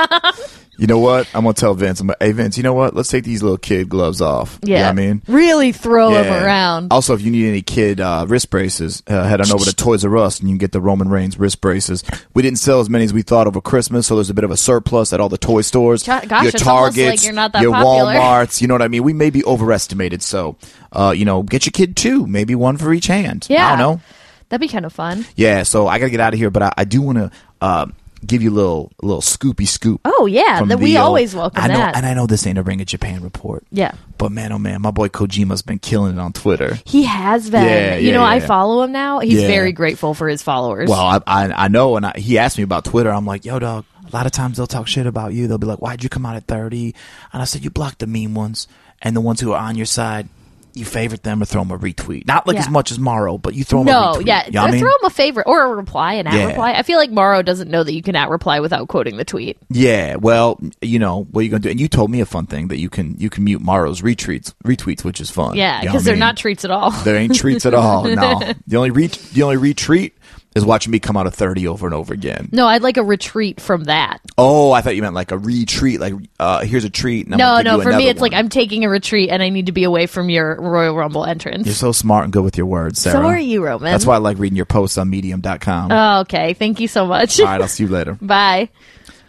C: You know what? I'm going to tell Vince. I'm like, hey, Vince, you know what? Let's take these little kid gloves off. You know what I mean?
D: really throw
C: Yeah.
D: him around.
C: Also, if you need any kid uh, wrist braces, uh, head on over to Toys R Us and you can get the Roman Reigns wrist braces. We didn't sell as many as we thought over Christmas, so there's a bit of a surplus at all the toy stores.
D: Gosh,
C: your
D: it's almost
C: Targets,
D: like you're not that
C: your
D: popular.
C: WalMarts. You know what I mean? We may be overestimated, so uh, you know, get your kid two, maybe one for each hand. I
D: Yeah.
C: don't know.
D: That'd be kind of fun.
C: Yeah, so I gotta get out of here, but I, I do want to uh, give you a little a little scoopy scoop.
D: Oh, yeah,
C: from
D: that we
C: the, uh,
D: always welcome
C: I know,
D: that.
C: and I know this ain't a Ring of Japan report.
D: Yeah.
C: but man, oh man, my boy Kojima's been killing it on Twitter.
D: He has been.
C: Yeah,
D: you
C: yeah,
D: know, I
C: yeah.
D: follow him now. He's
C: Yeah.
D: very grateful for his followers.
C: Well, I, I I know, and I, he asked me about Twitter. I'm like, yo, dog. A lot of times they'll talk shit about you. They'll be like, why'd you come out at 30? And I said, you blocked the mean ones, and the ones who are on your side, you favorite them or throw them a retweet. Not like
D: Yeah.
C: as much as Morrow, but you throw them a
D: no,
C: retweet.
D: yeah.
C: You know what I mean?
D: Throw him a favor or a reply, an at
C: Yeah.
D: reply. I feel like Morrow doesn't know that you can at reply without quoting the tweet.
C: Yeah, well, you know what are you gonna do? And you told me a fun thing that you can you can mute Morrow's retweets retweets, which is fun. You
D: Yeah,
C: know
D: because
C: what I
D: they're
C: mean?
D: not treats at all.
C: there ain't treats at all. No, the only re- the only retreat is watching me come out of 30 over and over again.
D: No, I'd like a retreat from that.
C: Oh, I thought you meant like a retreat. Like, uh, here's a treat. And I'm
D: No,
C: gonna give
D: no,
C: you
D: for me,
C: another
D: it's like
C: one.
D: I'm taking a retreat and I need to be away from your Royal Rumble entrance.
C: You're so smart and good with your words, Sarah.
D: so are you, Roman.
C: That's why I like reading your posts on medium.com. All
D: Oh, okay. Thank you so much.
C: right, I'll see you later.
D: Bye.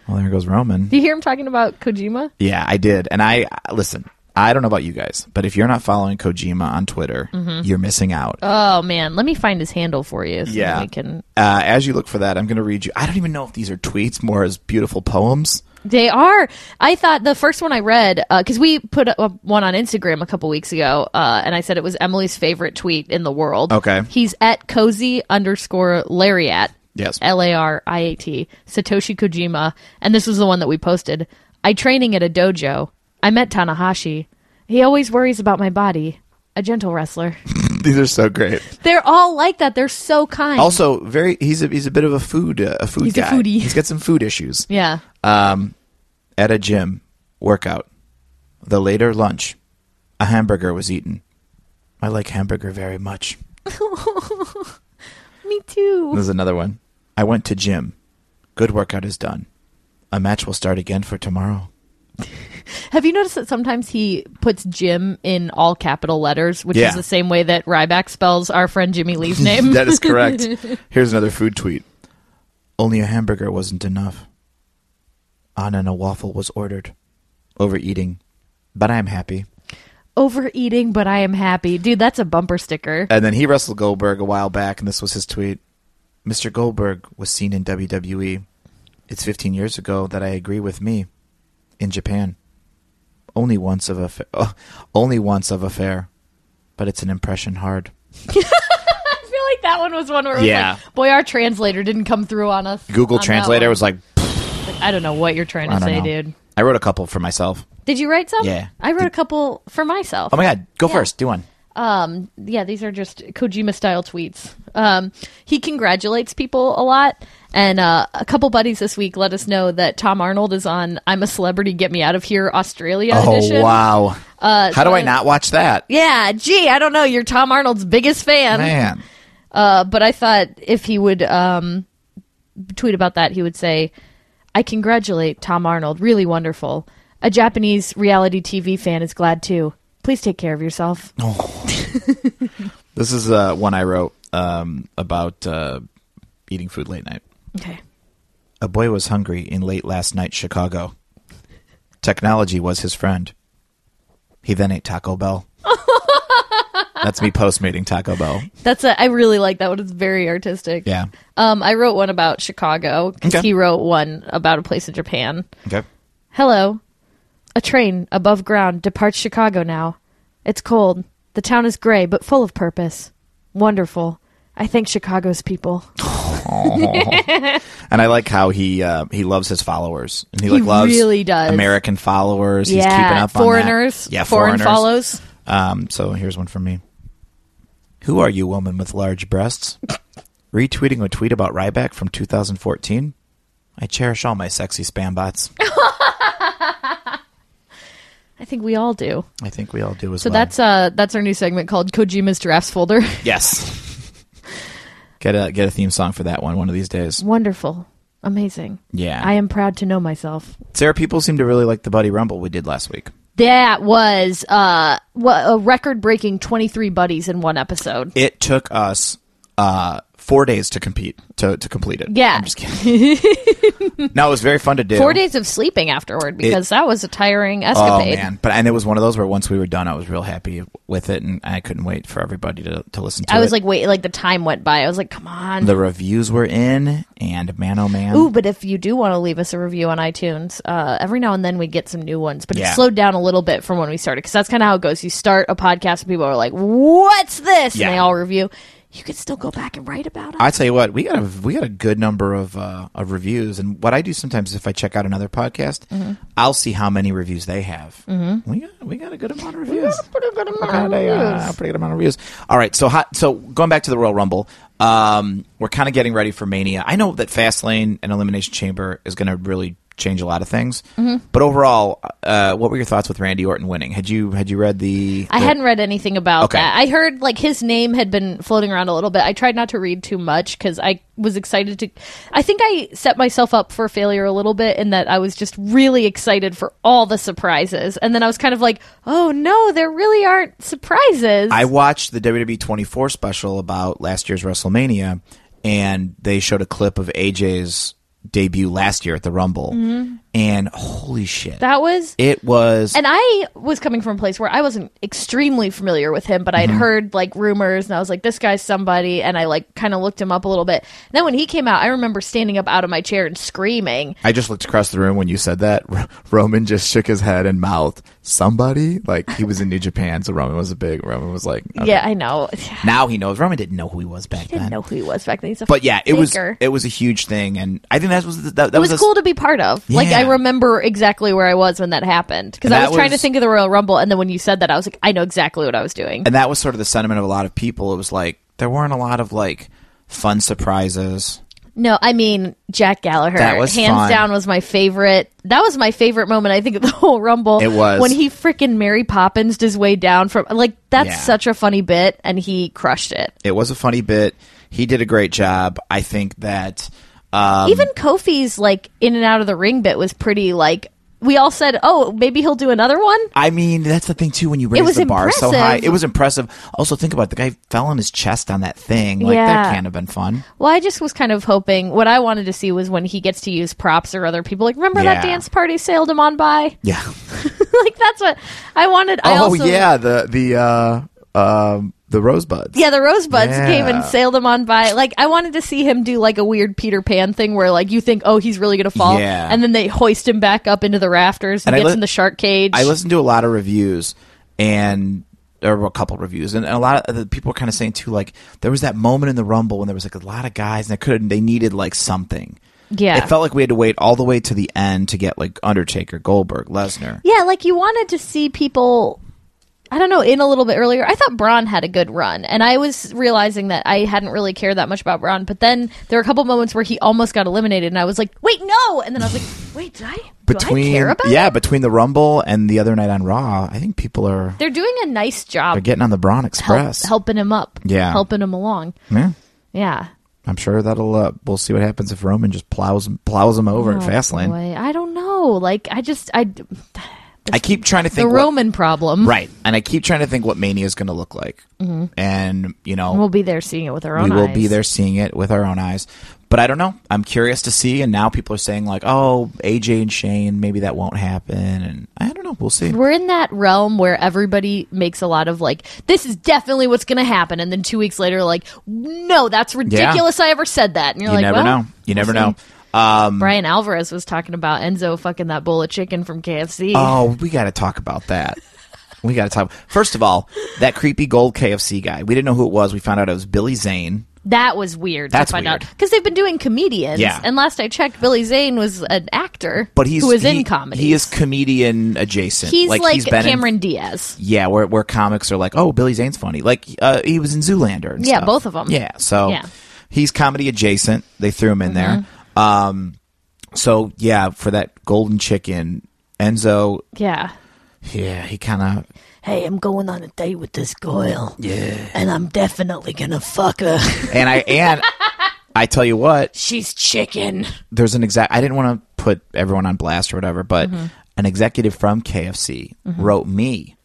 C: Well, there goes Roman.
D: Do you hear him talking about Kojima?
C: Yeah, I did. And I listen, I don't know about you guys, but if you're not following Kojima on Twitter, you're missing out.
D: Mm-hmm. Oh man, let me find his handle for you. So
C: yeah.
D: we can.
C: Uh, as you look for that, I'm going to read you. I don't even know if these are tweets more as beautiful poems.
D: They are. I thought the first one I read because we put up one on Instagram a couple weeks ago, uh, and I said it was Emily's favorite tweet in the world.
C: Okay.
D: He's at cozy underscore lariat.
C: Yes.
D: L A R I A T, Satoshi Kojima. And this was the one that we posted. I training at a dojo. I met Tanahashi. He always worries about my body. A gentle wrestler.
C: These are so great.
D: They're all like that. They're so kind.
C: Also, very he's a he's a bit of a food uh, a food
D: He's a
C: guy.
D: foodie.
C: He's got some food issues.
D: yeah.
C: Um, at a gym workout, the later lunch, a hamburger was eaten. I like hamburger very much.
D: Me too.
C: There's another one. I went to gym. Good workout is done. A match will start again for tomorrow.
D: Have you noticed that sometimes he puts Jim in all capital letters, which
C: Yeah.
D: is the same way that Ryback spells our friend Jimmy Lee's name?
C: that is correct. Here's another food tweet. Only a hamburger wasn't enough. Anna and a waffle was ordered. Overeating, but I am happy.
D: Overeating, but I am happy. Dude, that's a bumper sticker.
C: And then he wrestled Goldberg a while back, and this was his tweet. Mr. Goldberg was seen in WWE. It's 15 years ago that I agree with me in Japan. Only once of a fa- oh, only once of a fair, but it's an impression hard.
D: I feel like that one was one where it was
C: Yeah.
D: like, boy, our translator didn't come through on us.
C: Google
D: on that
C: Translator
D: one.
C: was like,
D: I don't know what you're trying
C: I
D: to
C: don't
D: say,
C: know.
D: dude.
C: I wrote a couple for myself.
D: Did you write some?
C: Yeah.
D: I wrote
C: Did-
D: a couple for myself.
C: Oh my god, go
D: Yeah.
C: first, do one.
D: Um, yeah, these are just Kojima style tweets. Um, he congratulates people a lot. And uh, a couple buddies this week let us know that Tom Arnold is on I'm a Celebrity, Get Me Out of Here Australia edition.
C: Oh wow,
D: Uh,
C: how
D: so
C: do I
D: I-
C: not watch that?
D: Yeah, gee, I don't know. You're Tom Arnold's biggest fan.
C: Man,
D: Uh, but I thought if he would um, tweet about that, he would say, I congratulate Tom Arnold. Really wonderful. A Japanese reality TV fan is glad too. Please take care of yourself.
C: Oh. this is uh, one I wrote um, about uh, eating food late night.
D: Okay.
C: A boy was hungry in late last night Chicago. Technology was his friend. He then ate Taco Bell. That's me post mating Taco Bell.
D: That's a, I really like that one. It's very artistic.
C: Yeah.
D: Um, I wrote one about Chicago 'cause
C: Okay.
D: he wrote one about a place in Japan.
C: Okay.
D: Hello. A train above ground departs Chicago now. It's cold. The town is gray but full of purpose. Wonderful. I thank Chicago's people.
C: And I like how he uh, he loves his followers. And he, like
D: He
C: loves
D: really does.
C: American followers. He's
D: yeah,
C: keeping up on that.
D: foreigners.
C: Yeah,
D: foreign
C: foreigners.
D: follows.
C: Um, so here's one from me. Who are you, woman with large breasts? Retweeting a tweet about Ryback from 2014. I cherish all my sexy spam bots.
D: I think we all do.
C: I think we all do as
D: So
C: well.
D: that's uh that's our new segment called Kojima's Drafts Folder.
C: Yes. get a get a theme song for that one one of these days.
D: Wonderful. Amazing.
C: Yeah.
D: I am proud to know myself.
C: Sarah, people seem to really like the Buddy Rumble we did last week.
D: That was uh, wha- a record breaking 23 buddies in one episode.
C: It took us uh, four days to compete to, to complete it.
D: Yeah.
C: I'm just kidding. no, it was very fun to do.
D: Four days of sleeping afterward because that was a tiring
C: Oh
D: escapade.
C: man! But and it was one of those where once we were done, I was real happy with it, and I couldn't wait for everybody to, to listen to it.
D: I was like, wait, like the time went by. I was like, come on.
C: the reviews were in, and man, oh man,
D: Ooh, but if you do want to leave us a review on iTunes, uh, every now and then we get some new ones, but
C: Yeah.
D: it slowed down a little bit from when we started because that's kind of how it goes. You start a podcast and people are like, what's this?
C: Yeah.
D: And they all review.
E: You could still go back and write about it.
C: I tell you what, we got a we got a good number of uh, of reviews, and what I do sometimes is if I check out another podcast,
D: Mm-hmm.
C: I'll see how many reviews they have. Mm-hmm. We got we got a good amount of reviews.
D: Pretty good amount
C: Got
D: of
C: a, uh,
D: reviews.
C: pretty good amount of reviews. All right, so hot, so going back to the Royal Rumble, um, we're kind of getting ready for Mania. I know that Fastlane and Elimination Chamber is going to really change a lot of things.
D: Mm-hmm.
C: But overall, uh, what were your thoughts with Randy Orton winning? Had you had you read the?
D: I
C: the-
D: hadn't read anything about
C: Okay.
D: that. I heard like his name had been floating around a little bit. I tried not to read too much because I was excited to. I think I set myself up for failure a little bit in that I was just really excited for all the surprises, and then I was kind of like, "Oh no, there really aren't surprises."
C: I watched the WWE 24 special about last year's WrestleMania, and they showed a clip of AJ's debut last year at the Rumble, and holy shit,
D: Mm-hmm. that was
C: it was
D: And I was coming from a place where I wasn't extremely familiar with him, but
C: Mm-hmm.
D: I'd heard like rumors and I was like, this guy's somebody. And I like kind of looked him up a little bit. And then when he came out, I remember standing up out of my chair and screaming.
C: I just looked across the room when you said that. R- Roman just shook his head and mouthed, "Somebody." Like he was in New Japan, so Roman was a big. Roman was like, okay.
D: Yeah, I know.
C: Now he knows. Roman didn't know who he was back
D: Didn't
C: then.
D: know who he was back then. He's a
C: But yeah, it was
D: faker.
C: it was a huge thing, and I think that was the, that, that
D: It was
C: a s-
D: cool to be part of. Like
C: Yeah.
D: I remember exactly where I was when that happened because
C: And
D: I
C: that
D: was trying
C: was-
D: to think of the Royal Rumble, and then when you said that, I was like, I know exactly what I was doing.
C: and that was sort of the sentiment of a lot of people. It was like there weren't a lot of like fun surprises.
D: No, I mean Jack Gallagher.
C: That was
D: hands
C: fun.
D: down was my favorite. That was my favorite moment. I think of the whole Rumble.
C: It was.
D: when he freaking Mary Poppins his way down from like that's
C: Yeah.
D: such a funny bit, and he crushed it.
C: It was a funny bit. He did a great job. I think that um,
D: Even Kofi's like in and out of the ring bit was pretty like we all said, oh, maybe he'll do another one.
C: I mean, that's the thing too. When you raise
D: was
C: the bar so
D: impressive.
C: high, it was impressive. Also, think about it, the guy fell on his chest on that thing. Like that
D: Yeah.
C: can't have been fun.
D: Well, I just was kind of hoping what I wanted to see was when he gets to use props or other people. Like, remember
C: Yeah.
D: that dance party sailed him on by?
C: Yeah.
D: like that's what I wanted. I also,
C: Oh, the the uh, um, the rosebuds.
D: Yeah, the rosebuds
C: Yeah.
D: came and sailed him on by. Like I wanted to see him do like a weird Peter Pan thing where like you think, oh, he's really gonna fall,
C: Yeah.
D: and then they hoist him back up into the rafters
C: And
D: and,
C: I
D: gets
C: li-
D: in the shark cage.
C: I listened to a lot of reviews and or a couple reviews and, and a lot of the people were kind of saying too like there was that moment in the rumble when there was like a lot of guys and they couldn't they needed like something
D: Yeah.
C: it felt like we had to wait all the way to the end to get like undertaker goldberg lesnar
D: yeah, like you wanted to see people. I don't know, in a little bit earlier. I thought Braun had a good run, and I was realizing that I hadn't really cared that much about Braun. But then there were a couple moments where he almost got eliminated, and I was like, "Wait, no!" And then I was like, "Wait, did I? do I care about
C: yeah
D: it?"
C: between the rumble and the other night on raw i think people are
D: They're doing a nice
C: they're
D: job
C: getting on the braun
D: help-
C: express
D: helping him up,
C: Yeah.
D: helping him along.
C: yeah
D: Yeah.
C: i'm sure that'll uh, we'll see what happens if roman just plows plows him over in
D: Oh,
C: fastlane
D: boy. I don't know. Like I just I the
C: i keep trying to think what-
D: Roman problem.
C: Right. And I keep trying to think what Mania is going to look like. And, you know,
D: Mm-hmm. We'll be there seeing it with our own
C: we will
D: eyes.
C: be there seeing it with our own eyes. But I don't know. I'm curious to see. And now people are saying, like, oh, AJ and Shane, maybe that won't happen. And I don't know. We'll see.
D: We're in that realm where everybody makes a lot of like, this is definitely what's going to happen, and then two weeks later, like, no, that's ridiculous. I ever said that, and you're
C: You
D: like,
C: never
D: well,
C: know. You never
D: we'll
C: know.
D: see. Brian Alvarez was talking about Enzo fucking that bowl of chicken from KFC.
C: Oh, we got to talk about that. we got to talk. First of all, that creepy gold KFC guy. We didn't know who it was. We found out it was Billy Zane.
D: that was weird
C: That's
D: to find out
C: weird.
D: because they've been doing comedians.
C: Yeah.
D: and last I checked, Billy Zane was an actor,
C: But he's
D: who was
C: he-
D: in comedy.
C: He is comedian adjacent.
D: he's like,
C: he's been in-
D: Cameron Diaz.
C: yeah, where where comics are like, oh, Billy Zane's funny. Like uh, he was in Zoolander. And
D: Yeah,
C: stuff.
D: both of 'em.
C: Yeah, so
D: Yeah. Mm-hmm.
C: he's comedy adjacent. They threw him in there. Um, so yeah, for that golden chicken, Enzo.
D: Yeah.
C: Yeah, he kind of.
F: hey, I'm going on a date with this girl. Yeah. And I'm definitely gonna fuck her.
C: And I and I tell you what,
F: She's chicken.
C: there's an exact. I didn't want to put everyone on blast or whatever, but
D: Mm-hmm.
C: an executive from KFC wrote me,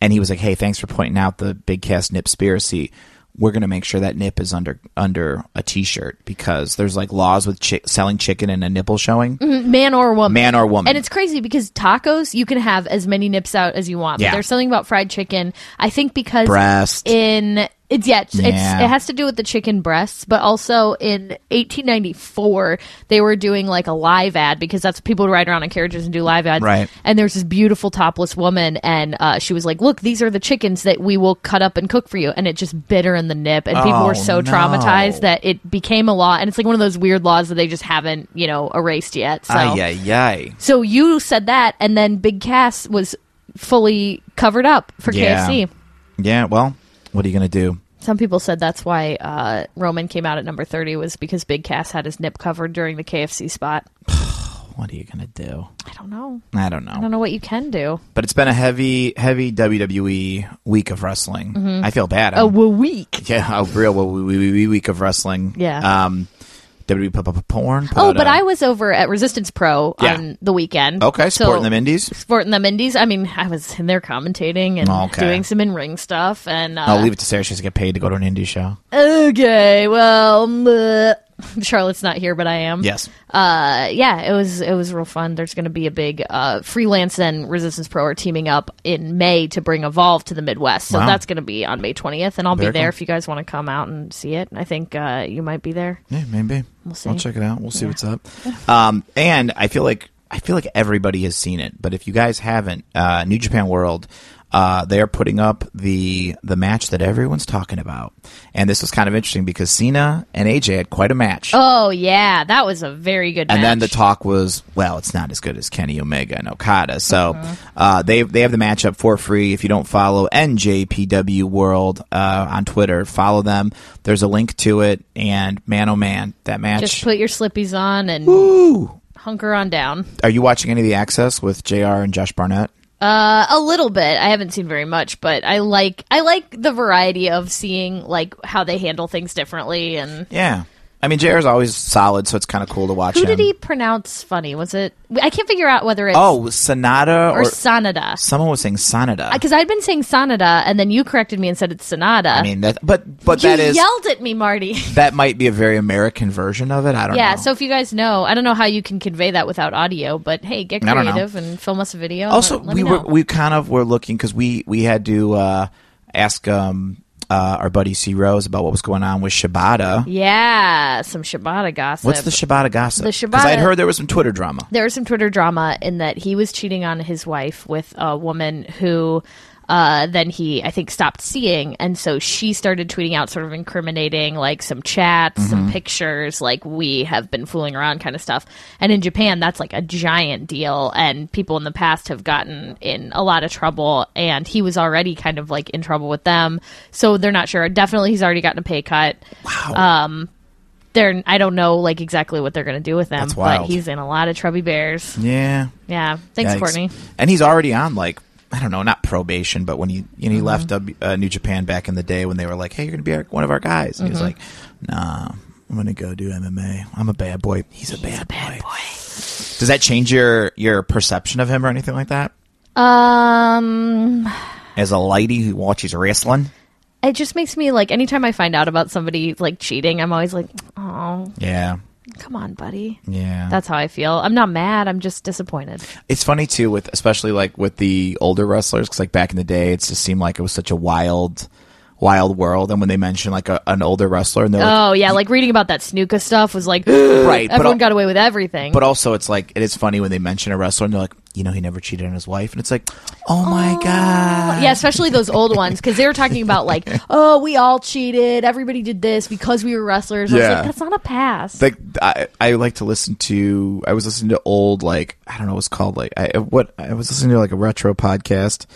C: and he was like, "Hey, thanks for pointing out the big cast nip spiracy. We're gonna make sure that nip is under under a t-shirt because there's like laws with chi- selling chicken and a nipple showing,
D: man or woman.
C: man or woman.
D: Mm-hmm. and it's crazy because tacos you can have as many nips out as you want.
C: Yeah.
D: But there's something about fried chicken. I think because
C: Breast.
D: in it's yeah, it's, it's
C: Yeah.
D: it has to do with the chicken breasts, but also in 1894 they were doing like a live ad because that's what people would ride around in carriages and do live ads.
C: Right.
D: And there's this beautiful topless woman, and uh, she was like, "Look, these are the chickens that we will cut up and cook for you," and it just bit her in the nip, and people
C: Oh,
D: were so
C: no.
D: traumatized that it became a law, and it's like one of those weird laws that they just haven't you know erased yet. So
C: ay ay ay.
D: so you said that, and then Big Cass was fully covered up for
C: Yeah.
D: KFC.
C: Yeah, well, what are you gonna do?
D: Some people said that's why uh, Roman came out at number 30 was because Big Cass had his nip covered during the KFC spot.
C: What are you gonna do?
D: I don't know.
C: I don't know.
D: I don't know what you can do.
C: But it's been a heavy, heavy WWE week of wrestling. I feel bad.
D: Mm-hmm. A
C: I'm-
D: week.
C: yeah, a real wee- wee- wee- wee- week of wrestling.
D: Yeah.
C: Um, WWE p- p- porn.
D: Oh, but
C: uh,
D: I was over at Resistance Pro
C: Yeah.
D: on the weekend.
C: okay
D: So- uh,
C: supporting them indies.
D: Sporting them indies. I mean, I was in there commentating and
C: Okay.
D: doing some in ring stuff. And uh,
C: I'll leave it to Sarah. She has to get paid to go to an indie show.
D: okay, well, bleh. Charlotte's not here, but I am.
C: Yes.
D: Uh, yeah, it was it was real fun. There's going to be a big uh, freelance and Resistance Pro are teaming up in May to bring Evolve to the Midwest. So
C: Wow.
D: that's going to be on May 20th, and I'll
C: Very
D: be there
C: cool.
D: if you guys want to come out and see it. I think uh, you might be there.
C: Yeah, maybe. We'll
D: see.
C: I'll check it out. We'll see what's up. Um, and I feel like I feel like everybody has seen it, but if you guys haven't, uh, New Japan World, uh, they are putting up the the match that everyone's talking about, and this was kind of interesting because Cena and AJ had quite a match.
D: Oh yeah, that was a very good.
C: And then the
D: match.
C: talk was, well, it's not as good as Kenny Omega and Okada. So
D: Uh-huh.
C: uh, they they have the matchup for free. If you don't follow NJPW World uh, on Twitter, follow them. There's a link to it. And man, oh man, that match.
D: just put your slippies on and hunker on down.
C: Are you watching any of the access with Jr. and Josh Barnett?
D: Uh, a little bit. I haven't seen very much, but I like I like the variety of seeing like how they handle things differently. And
C: Yeah, I mean Jr. is always solid, so it's kind of cool to watch.
D: who
C: him.
D: did he pronounce funny? Was it? I can't figure out whether it's
C: Oh, Sonata or,
D: or Sanada
C: someone was saying Sonata. I,
D: because I'd been saying Sanada and then you corrected me and said it's Sonata. I
C: mean that, but but
D: you
C: that is
D: yelled at me, Marty.
C: that might be a very American version of it. I don't know.
D: yeah. So if you guys know, I don't know how you can convey that without audio, but hey, get
C: I don't know.
D: creative and film us a video.
C: also
D: Let
C: we
D: me
C: were
D: know.
C: we kind of were looking because we we had to uh, ask um, uh, our buddy C Rose about what was going on with Shibata.
D: yeah, some Shibata gossip.
C: What's the Shibata gossip?
D: The
C: because I'd
D: Shibata-
C: heard there was some Twitter drama.
D: there was some Twitter drama in that he was cheating on his wife with a woman who uh, then he, I think, stopped seeing. And so she started tweeting out sort of incriminating, like some chats,
C: Mm-hmm.
D: some pictures, like we have been fooling around kind of stuff. And in Japan, that's like a giant deal. And people in the past have gotten in a lot of trouble. And he was already kind of like in trouble with them. So they're not sure. Definitely he's already gotten a pay cut Uh, they're I don't know like exactly what they're going to do with them.
C: That's wild.
D: But he's in a lot of Chubby Bears.
C: Yeah,
D: Yeah, thanks,
C: Yikes.
D: Courtney.
C: And he's already on like I don't know, not probation, but when he you know, he left W- uh, New Japan back in the day when they were like, "Hey, you're gonna be our, one of our guys," and he was like, "Nah, I'm gonna go do MMA. I'm a bad boy. He's a bad, boy. Does that change your your perception of him or anything like that?
D: Um,
C: As a lady who watches wrestling,
D: it just makes me like anytime I find out about somebody like cheating, I'm always like, oh,
C: yeah,
D: come on, buddy.
C: yeah,
D: That's how I feel. I'm not mad. I'm just disappointed.
C: It's funny too, with especially like with the older wrestlers, because like back in the day, it just seemed like it was such a wild, wild world. And when they mention like a, an older wrestler, and they're like,
D: Oh yeah, like reading about that Snuka stuff was like
C: right, but,
D: Oh, everyone
C: al-
D: got away with everything.
C: but also it's like it is funny when they mention a wrestler and they're like, you know, he never cheated on his wife, and it's like, oh my god,
D: yeah, especially those old ones because they were talking about like, oh, we all cheated. Everybody did this because we were wrestlers. I was
C: Yeah.
D: like, that's not a pass.
C: like I, I like to listen to I was listening to old like I don't know what's called like I what I was listening to like a retro podcast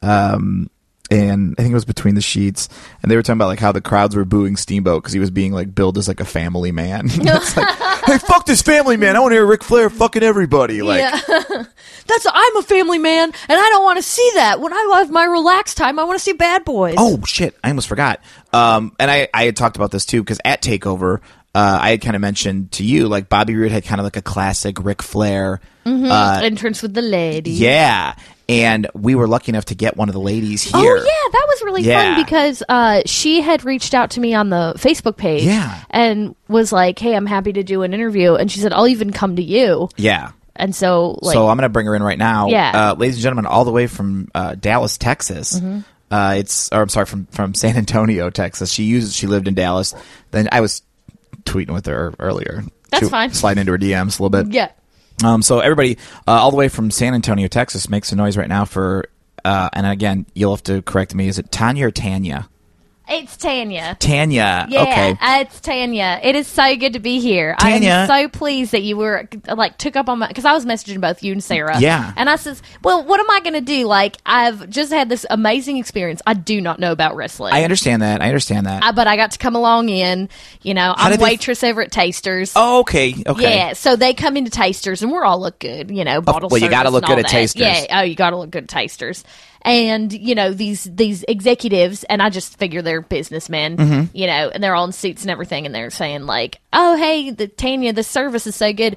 C: um and I think it was between the sheets and they were talking about like how the crowds were booing Steamboat cuz he was being like billed as like a family man. it's like hey fuck this family man. I want to hear Ric Flair fucking everybody like
D: That's I'm a family man, and I don't want to see that. When I have my relaxed time, I want to see Bad Boys.
C: Oh shit! I almost forgot. Um, and I I had talked about this too because at Takeover, uh, I had kind of mentioned to you like Bobby Roode had kind of like a classic Ric Flair.
D: Mm-hmm.
C: uh,
D: entrance with the lady.
C: yeah, and we were lucky enough to get one of the ladies
D: Oh
C: here.
D: yeah, that was really
C: Yeah.
D: fun because uh, she had reached out to me on the Facebook page
C: Yeah.
D: and was like, "Hey, I'm happy to do an interview." And she said, "I'll even come to you."
C: yeah.
D: And so, like,
C: so I'm gonna bring her in right now.
D: Yeah. Mm-hmm.
C: uh, ladies and gentlemen, all the way from uh, Dallas, Texas. Uh, it's or I'm sorry from from San Antonio, Texas. She uses she lived in Dallas. Then I was tweeting with her earlier.
D: That's
C: She-
D: fine.
C: Sliding into her DMs a little bit.
D: yeah,
C: Um, so everybody, uh, all the way from San Antonio, Texas, makes a noise right now for. Uh, and again, you'll have to correct me. Is it Tanya or Tanya?
D: It's Tanya.
C: Tanya.
D: Yeah,
C: Okay.
D: uh, it's Tanya. It is so good to be here.
C: Tanya.
D: I'm so pleased that you were like took up on my because I was messaging both you and Sarah.
C: Yeah.
D: and I says, well, what am I going to do? Like, I've just had this amazing experience. I do not know about wrestling.
C: I understand that. I understand that.
D: I- but I got to come along in. You know,
C: did
D: I'm
C: they-
D: waitress over at Tasters.
C: oh, okay. Okay. Oh,
D: Yeah, so they come into Tasters, and we're all look good, you know. Bottle
C: well, you
D: service
C: gotta look
D: and all
C: good at
D: that.
C: Tasters.
D: Yeah, oh, you got to look good at Tasters, and you know these these executives, and I just figure they're businessmen,
C: Mm-hmm.
D: you know, and they're all in suits and everything, and they're saying like, "Oh, hey, the Tanya, the service is so good."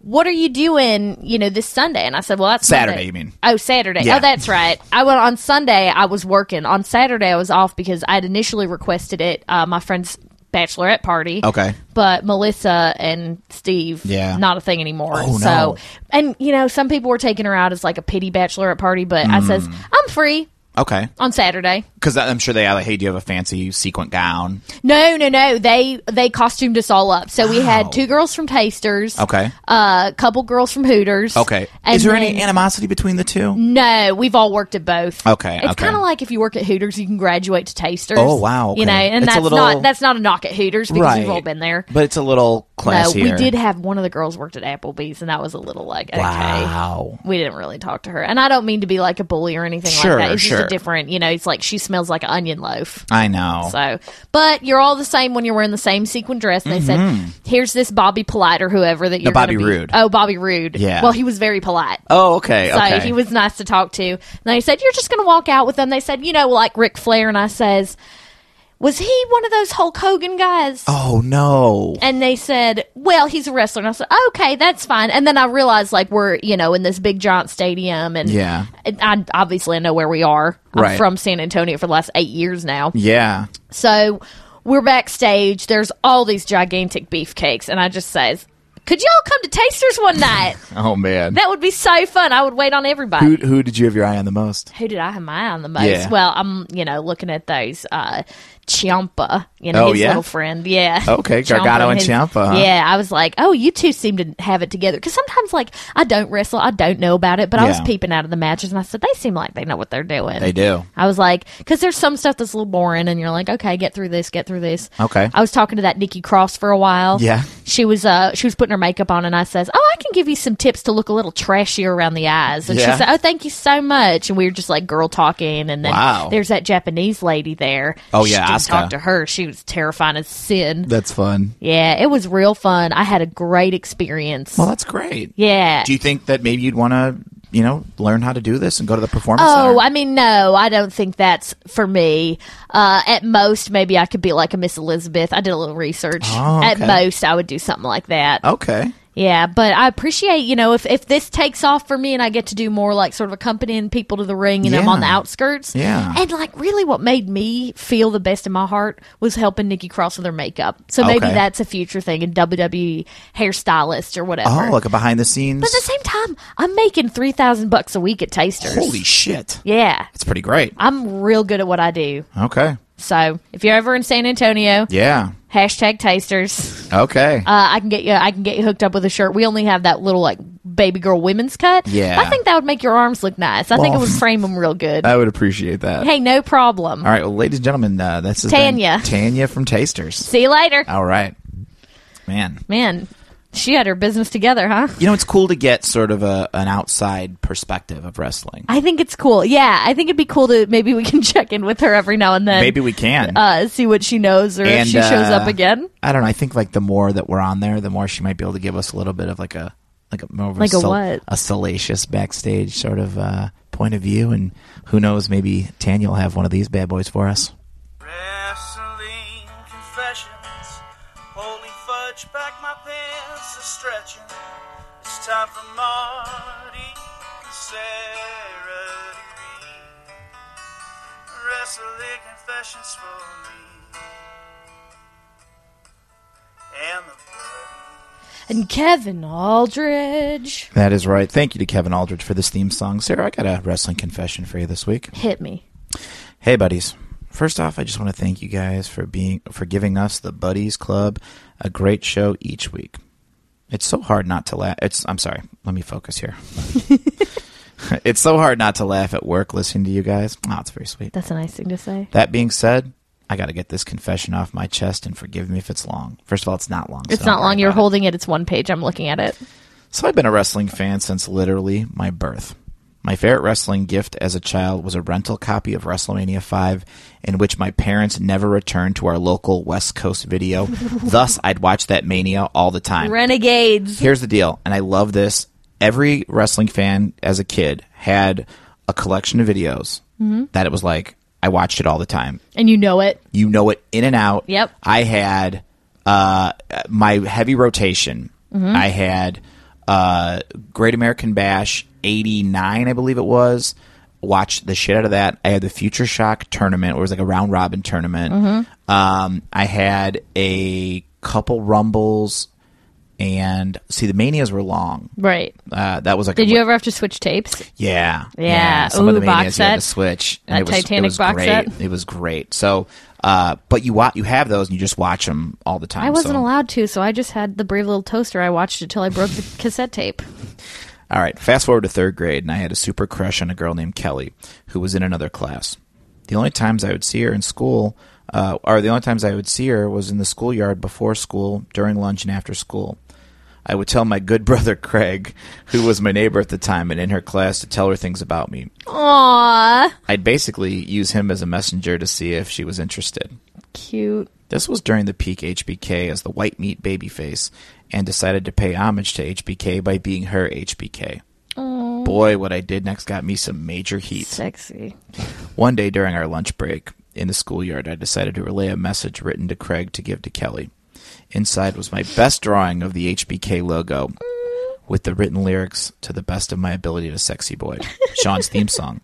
D: What are you doing, you know, this Sunday? And I said, Well, that's
C: Saturday,
D: Monday."
C: you mean.
D: Oh, Saturday.
C: Yeah.
D: Oh, that's right. I went on Sunday. I was working. On Saturday, I was off because I had initially requested it. Uh, my friend's bachelorette party.
C: Okay.
D: But Melissa and Steve,
C: Yeah.
D: not a thing anymore.
C: Oh,
D: so,
C: no.
D: and you know, some people were taking her out as like a pity bachelorette party, but I says
C: Mm.
D: I'm free
C: Okay.
D: on Saturday.
C: Because I'm sure they are like, hey, do you have a fancy sequin gown?
D: No, no, no. They they costumed us all up. So we
C: Wow.
D: had two girls from Tasters. uh,
C: Okay.
D: A couple girls from Hooters.
C: Okay.
D: And
C: Is there
D: then-
C: any animosity between the two?
D: No, we've all worked at both.
C: Okay,
D: it's
C: okay.
D: kind of like if you work at Hooters, you can graduate to Tasters.
C: Oh, wow, okay.
D: You know, and
C: It's a
D: that's
C: little-
D: not that's not a knock at Hooters because
C: right.
D: we've all been there.
C: But it's a little
D: No,
C: classier.
D: Uh, we did have one of the girls worked at Applebee's, and that was a little like okay.
C: Wow.
D: We didn't really talk to her, and I don't mean to be like a bully or anything
C: Sure,
D: like that. It's
C: sure.
D: just a different, you know. It's like she smells like an onion loaf.
C: I know.
D: So, but you're all the same when you're wearing the same sequin dress. And they said, "Here's this Bobby Polite or whoever that you're
C: Mm-hmm. Bobby
D: gonna be-
C: Roode.
D: Oh, Bobby Rude.
C: Yeah.
D: Well, he was very polite.
C: oh, okay.
D: So
C: okay.
D: he was nice to talk to. And they said, You're just going to walk out with them. They said, You know, like Ric Flair. And I says, Was he one of those Hulk Hogan guys?
C: oh, no.
D: And they said, Well, he's a wrestler. And I said, Okay, that's fine. And then I realized, like, we're, you know, in this big giant stadium. And
C: Yeah.
D: and I, obviously, I know where we are.
C: Right.
D: I'm from San Antonio for the last eight years now.
C: yeah.
D: So we're backstage. There's all these gigantic beefcakes. And I just says, Could y'all come to Tasters one night?
C: Oh, man.
D: that would be so fun. I would wait on everybody.
C: who, who did you have your eye on the most?
D: who did I have my eye on the most?
C: Yeah.
D: Well, I'm you know looking at those uh Ciampa, you know
C: Oh,
D: his
C: yeah?
D: little friend, yeah.
C: Okay, Gargano and
D: his-
C: Ciampa, huh?
D: Yeah, I was like, oh, you two seem to have it together because sometimes like I don't wrestle, I don't know about it, but I was
C: Yeah.
D: peeping out of the matches and I said they seem like they know what they're doing.
C: They do.
D: I was like, because there's some stuff that's a little boring, and you're like, okay, get through this, get through this.
C: Okay.
D: I was talking to that Nikki Cross for a while.
C: Yeah.
D: She was uh she was putting her makeup on, and I says, oh, I can give you some tips to look a little trashier around the eyes, and
C: Yeah.
D: she said, oh, thank you so much, and we were just like girl talking, and then
C: Wow.
D: there's that Japanese lady there.
C: Oh,
D: She
C: yeah,
D: didn't
C: Asuka.
D: talk to her. She was terrifying as sin.
C: That's fun.
D: yeah, it was real fun. I had a great experience.
C: Well, that's great.
D: yeah.
C: Do you think that maybe you'd want to, you know, learn how to do this and go to the performance
D: Oh,
C: center?
D: I mean, no, I don't think that's for me. Uh, at most, maybe I could be like a Miss Elizabeth. I did a little research.
C: Oh,
D: At
C: okay. Oh.
D: most, I would do something like that.
C: okay.
D: Yeah, but I appreciate, you know, if, if this takes off for me and I get to do more like sort of accompanying people to the ring and I'm
C: Yeah.
D: on the outskirts.
C: Yeah.
D: And like really what made me feel the best in my heart was helping Nikki Cross with her makeup. So maybe
C: Okay.
D: that's a future thing in WWE hairstylist or whatever.
C: Oh, like a behind the scenes.
D: but at the same time, I'm making 3000 bucks a week at Tasters.
C: Holy shit.
D: Yeah.
C: That's pretty great.
D: I'm real good at what I do.
C: Okay.
D: So if you're ever in San Antonio,
C: Yeah.
D: hashtag tasters.
C: Okay.
D: Uh, I can get you. I can get you hooked up with a shirt. We only have that little like baby girl women's cut.
C: Yeah.
D: I think that would make your arms look nice. I think it
C: Well,
D: would frame them real good.
C: I would appreciate that.
D: hey, no problem.
C: All right, well, ladies and gentlemen, uh, that's
D: Tanya.
C: Tanya from Tasters.
D: See you later,
C: All right, man.
D: man. She had her business together, huh?
C: You know, it's cool to get sort of a an outside perspective of wrestling.
D: I think it's cool. Yeah, I think it'd be cool to maybe we can check in with her every now and then.
C: Maybe we can.
D: uh, see what she knows or if
C: And,
D: she shows
C: uh,
D: up again.
C: I don't know. I think like the more that we're on there, the more she might be able to give us a little bit of like a like a more of
D: Like a
C: sal-
D: what?
C: a salacious backstage sort of uh, point of view, and who knows, maybe Tanya will have one of these bad boys for us.
G: Wrestling confessions. Holy fudge, back my pants are stretching. It's time for Marty and Sarah to read. Wrestling confessions for me. And the bloody
D: And Kevin Aldridge
C: That is right. Thank you to Kevin Aldridge for this theme song, Sarah. I got a wrestling confession for you this week.
D: hit me.
C: Hey, buddies. First off, I just want to thank you guys for being for giving us the Buddies Club, a great show each week. It's so hard not to laugh. It's I'm sorry. Let me focus here. it's so hard not to laugh at work listening to you guys. Oh, it's very sweet.
D: That's a nice thing to say.
C: That being said, I got to get this confession off my chest and forgive me if it's long. First of all, it's not long. so
D: It's
C: don't
D: not
C: worry
D: long. You're
C: about it.
D: holding it. It's one page. I'm looking at it.
C: So I've been a wrestling fan since literally my birth. My favorite wrestling gift as a child was a rental copy of WrestleMania 5 in which my parents never returned to our local West Coast video. Thus, I'd watch that mania all the time.
D: Renegades.
C: Here's the deal, and I love this. Every wrestling fan as a kid had a collection of videos that it was like I watched it all the time.
D: And you know it.
C: You know it in and out.
D: Yep.
C: I had uh, my heavy rotation.
D: Mm-hmm.
C: I had uh, Great American Bash '89, I believe it was. Watched the shit out of that. I had the Future Shock tournament, where it was like a round robin tournament.
D: Mm-hmm.
C: Um, I had a couple rumbles, and see the manias were long.
D: Right.
C: Uh, that was like. a-
D: Did you ever have to switch tapes?
C: Yeah,
D: Yeah.
C: Some of
D: Ooh,
C: the manias
D: box
C: you had to
D: set.
C: switch.
D: That
C: it was, it
D: Titanic
C: was
D: box
C: great.
D: set.
C: It was great. So, uh, but you wa- you have those and you just watch them all the time.
D: I wasn't
C: so.
D: allowed to, so I just had the Brave Little Toaster. I watched it till I broke the cassette tape.
C: All right, fast forward to third grade, and I had a super crush on a girl named Kelly who was in another class. The only times I would see her in school, uh, or the only times I would see her was in the schoolyard before school, during lunch, and after school. I would tell my good brother Craig, who was my neighbor at the time and in her class, to tell her things about me.
D: Aww.
C: I'd basically use him as a messenger to see if she was interested.
D: Cute.
C: This was during the peak HBK as the white meat babyface, and decided to pay homage to HBK by being her HBK. Boy, what I did next got me some major heat.
D: Sexy.
C: One day during our lunch break in the schoolyard, I decided to relay a message written to Craig to give to Kelly. Inside was my best drawing of the HBK logo with the written lyrics to the best of my ability to Sexy Boy, Sean's theme song.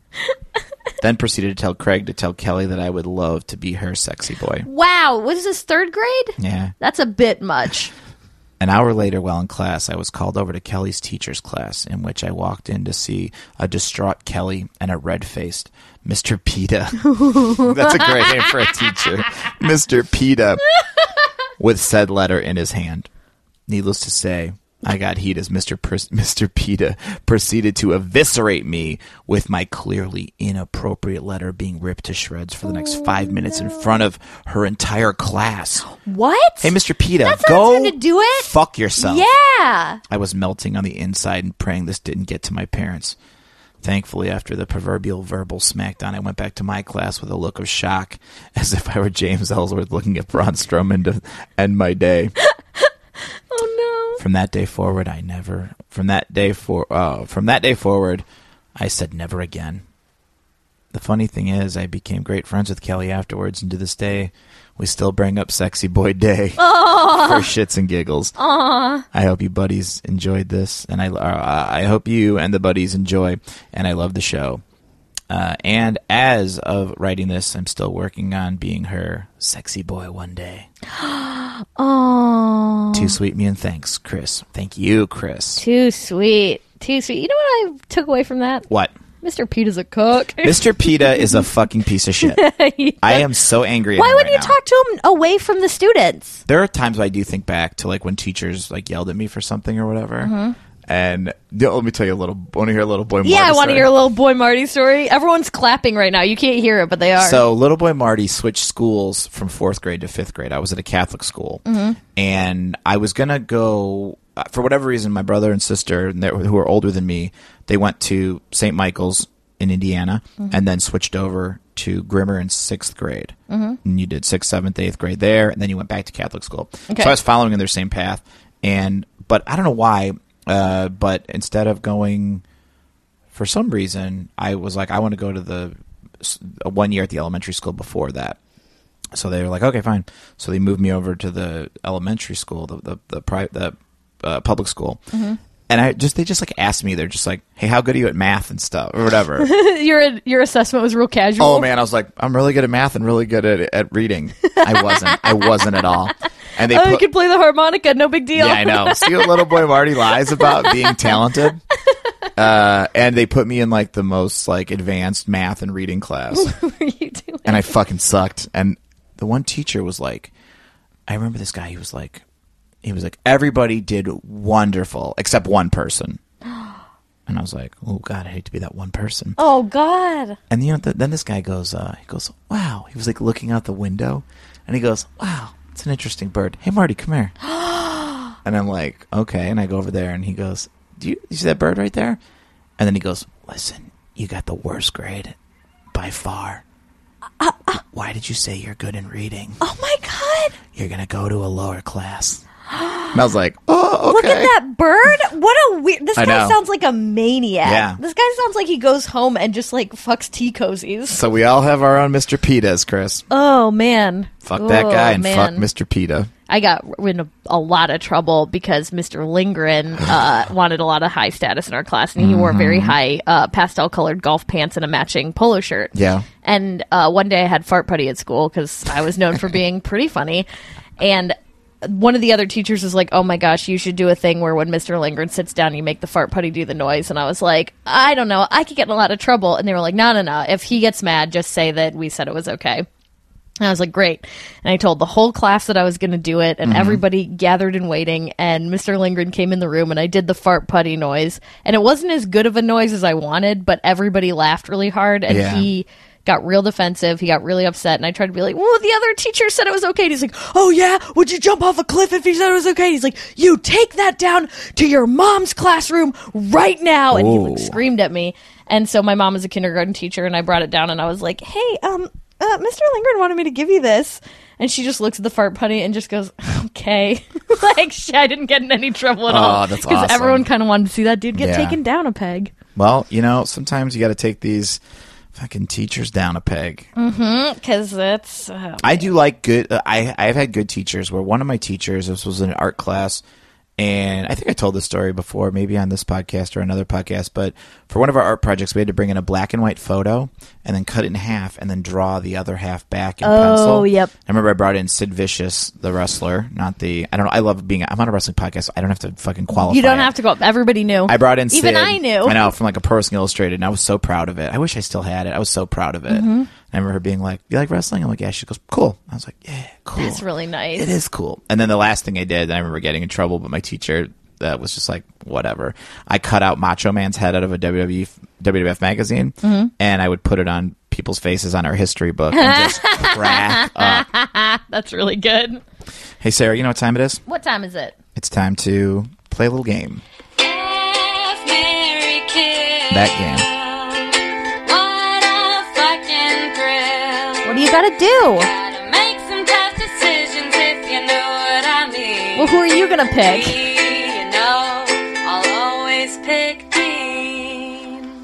C: Then proceeded to tell Craig to tell Kelly that I would love to be her sexy boy.
D: Wow. Was this third grade?
C: Yeah.
D: That's a bit much.
C: An hour later, while in class, I was called over to Kelly's teacher's class, in which I walked in to see a distraught Kelly and a red faced Mr. PETA. That's a great name for a teacher. Mr. PETA with said letter in his hand. Needless to say, I got heat as Mr. Per- Mr. PETA proceeded to eviscerate me with my clearly inappropriate letter being ripped to shreds for the
D: Oh,
C: next five minutes in front of her entire class.
D: What?
C: Hey, Mr. PETA,
D: That's not
C: go
D: time to do it.
C: Fuck yourself.
D: Yeah.
C: I was melting on the inside and praying this didn't get to my parents. Thankfully, after the proverbial verbal smackdown, I went back to my class with a look of shock, as if I were James Ellsworth looking at Braun Strowman to end my day.
D: Oh
C: From that day forward, I never. From that day for. Uh, from that day forward, I said never again. The funny thing is, I became great friends with Kelly afterwards, and to this day, we still bring up Sexy Boy Day for shits and giggles. I hope you buddies enjoyed this, and I uh, I hope you and the buddies enjoy, and I love the show. Uh, and as of writing this, I'm still working on being her sexy boy one day.
D: no. Oh.
C: Too sweet me and thanks, Chris. Thank you, Chris.
D: Too sweet. Too sweet. You know what I took away from that?
C: What?
D: Mr. Peter's a cook.
C: Mr. PETA is a fucking piece of shit. I am so angry. At
D: Why
C: him
D: wouldn't
C: right
D: you
C: now.
D: talk to him away from the students?
C: There are times I do think back to like when teachers like yelled at me for something or whatever. And yeah, let me tell you a little. Want to hear a little boy?
D: Mm-hmm. yeah, I want to hear
C: A
D: a little boy Marty story. Everyone's clapping right now. You can't hear it, but they are.
C: So little boy Marty switched schools from fourth grade to fifth grade. I was at a Catholic school,
D: Mm-hmm.
C: and I was gonna go uh, for whatever reason. My brother and sister, and they- who are older than me, they went to St. Michael's in Indiana,
D: Mm-hmm.
C: and then switched over to Grimmer in sixth grade.
D: Mm-hmm.
C: And you did sixth, seventh, eighth grade there, and then you went back to Catholic school.
D: Okay.
C: So I was following in their same path, and but I don't know why. Uh, but instead of going for some reason, I was like, I want to go to the s- uh, one year at the elementary school before that. So they were like, okay, fine. So they moved me over to the elementary school, the the the, pri- the uh, public school,
D: Mm-hmm.
C: and I just they just like asked me, they're just like, hey, how good are you at math and stuff or whatever.
D: your your assessment was real casual.
C: oh man, I was like, I'm really good at math and really good at at reading. I wasn't, I wasn't at all. And they
D: Oh, you
C: put-
D: could play the harmonica. No big deal.
C: yeah, I know. See what little boy Marty lies about being talented. Uh, and they put me in like the most like advanced math and reading class,
D: What were you doing?
C: and I fucking sucked. And the one teacher was like, I remember this guy. He was like, he was like, everybody did wonderful except one person. And I was like, oh, God, I hate to be that one person.
D: Oh God.
C: And you know, th- then this guy goes, uh, he goes, wow. He was like looking out the window, and he goes, wow, it's an interesting bird. Hey, Marty, come here. and I'm like, okay. And I go over there, and he goes, do you, you see that bird right there? And then he goes, listen, you got the worst grade by far. Why did you say you're good in reading?
D: Oh my God.
C: You're gonna go to a lower class. and I was like, oh,
D: Look
C: okay.
D: at that bird. What a weird. This
C: I
D: guy
C: know.
D: sounds like a maniac.
C: Yeah.
D: This guy sounds like he goes home and just like fucks tea cozies.
C: So we all have our own Mr. Pita's, Chris.
D: Oh man.
C: Fuck that
D: Oh,
C: guy and fuck
D: man.
C: Mr. Pita.
D: I got in a, a lot of trouble because Mr. Lindgren uh, wanted a lot of high status in our class, and he wore
C: Mm-hmm.
D: very high uh, pastel colored golf pants and a matching polo shirt.
C: Yeah.
D: And uh, one day I had fart putty at school because I was known for being pretty funny, and one of the other teachers was like, "Oh my gosh, you should do a thing where when Mr. Lindgren sits down, you make the fart putty do the noise." And I was like, "I don't know, I could get in a lot of trouble." And they were like, "No, no, no. If he gets mad, just say that we said it was okay." And I was like, great. And I told the whole class that I was going to do it, and everybody gathered and waiting. And Mr. Lindgren came in the room, and I did the fart putty noise. And it wasn't as good of a noise as I wanted, but everybody laughed really hard. And
C: Yeah.
D: he got real defensive. He got really upset. And I tried to be like, well, the other teacher said it was okay. And he's like,
F: Oh yeah, would you jump off a cliff if he said it was okay? He's like, you take that down to your mom's classroom right now.
D: and he
C: Ooh.
D: like screamed at me. And so my mom is a kindergarten teacher, and I brought it down, and I was like, "Hey, um, uh, Mr. Lindgren wanted me to give you this," and she just looks at the fart putty and just goes, "Okay." like she, I didn't get in any trouble at
C: Oh,
D: all
C: that's awesome.
D: everyone kind of wanted to see that dude get
C: Yeah.
D: taken down a peg.
C: Well, you know, sometimes you got to take these fucking teachers down a peg.
D: Because that's uh,
C: I do like good. Uh, I I've had good teachers. Where one of my teachers, this was an art class, and I think I told this story before, maybe on this podcast or another podcast. But for one of our art projects, we had to bring in a black and white photo and then cut it in half and then draw the other half back in pencil.
D: Oh, yep.
C: I remember I brought in Sid Vicious, the wrestler, not the. I don't know. I love being. I'm on a wrestling podcast. so I don't have to fucking qualify.
D: you don't
C: it.
D: have to go up. Everybody knew.
C: I brought in
D: even
C: Sid.
D: I knew.
C: I know from like a Person Illustrated, and I was so proud of it. I wish I still had it. I was so proud of it.
D: Mm-hmm.
C: I remember her being like, "You like wrestling?" I'm like, "Yeah." She goes, "Cool." I was like, "Yeah, cool."
D: That's really nice.
C: It is cool. And then the last thing I did, I remember getting in trouble, but my teacher uh, was just like, "Whatever." I cut out Macho Man's head out of a WWE f- WWF magazine,
D: Mm-hmm.
C: and I would put it on people's faces on our history book and just crack up.
D: That's really good.
C: Hey, Sarah, you know what time it is?
D: What time is it?
C: It's time to play a little game.
B: F, Mary, kill.
C: That game.
B: What a fucking thrill.
D: What do you got to do?
B: Gotta make some tough decisions if you know what I mean.
D: Well, who are you gonna pick?
B: You know, I'll always pick Dean.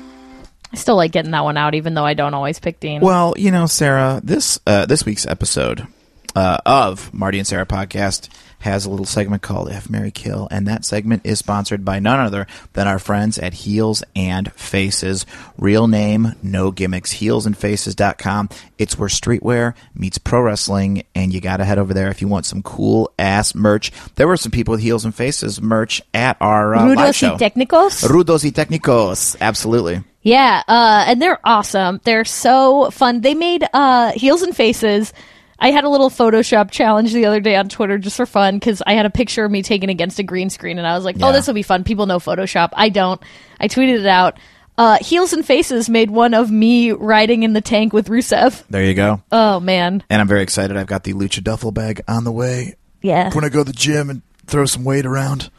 D: I still like getting that one out, even though I don't always pick Dean.
C: Well, you know, Sarah, this uh, this week's episode uh, of Marty and Sarah podcast has a little segment called F Mary Kill, and that segment is sponsored by none other than our friends at Heels and Faces. Real name, no gimmicks. Heelsandfaces.com. It's where streetwear meets pro wrestling, and you got to head over there if you want some cool ass merch. There were some people with Heels and Faces merch at our uh, live show.
D: Technicos?
C: Rudos y Technicos. Absolutely.
D: Yeah, uh, and they're awesome. They're so fun. They made uh, heels and faces. I had a little Photoshop challenge the other day on Twitter just for fun because I had a picture of me taken against a green screen, and I was like,
C: Yeah.
D: "Oh, this will be fun." People know Photoshop. I don't. I tweeted it out. Uh, heels and faces made one of me riding in the tank with Rusev.
C: There you go.
D: Oh man,
C: and I'm very excited. I've got the lucha duffel bag on the way.
D: yeah,
C: When I go to the gym and throw some weight around,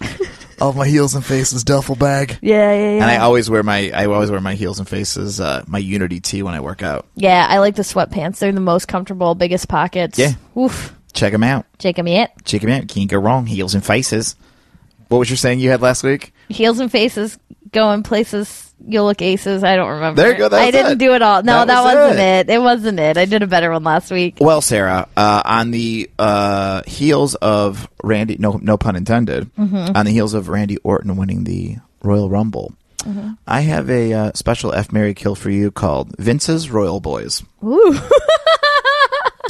C: all of my heels and faces duffel bag.
D: yeah, yeah,
C: And
D: yeah.
C: I always wear my I always wear my heels and faces uh, my Unity tee when I work out.
D: yeah, I like the sweatpants. They're the most comfortable, biggest pockets.
C: Yeah.
D: oof,
C: Check them out.
D: Jake, I mean it.
C: Check them out. Can't go wrong. Heels and faces. What was your saying you had last week?
D: heels and faces going places you'll look aces i don't remember
C: There you go, that's
D: i didn't
C: it.
D: do it all no
C: That
D: that,
C: was
D: was not
C: it.
D: it. it wasn't it i did a better one last week
C: Well, Sarah, uh, on the uh, heels of Randy, no, no pun intended,
D: Mm-hmm.
C: on the heels of Randy Orton winning the Royal Rumble,
D: Mm-hmm.
C: I have a uh, special F Mary Kill for you called Vince's Royal Boys.
D: Ooh.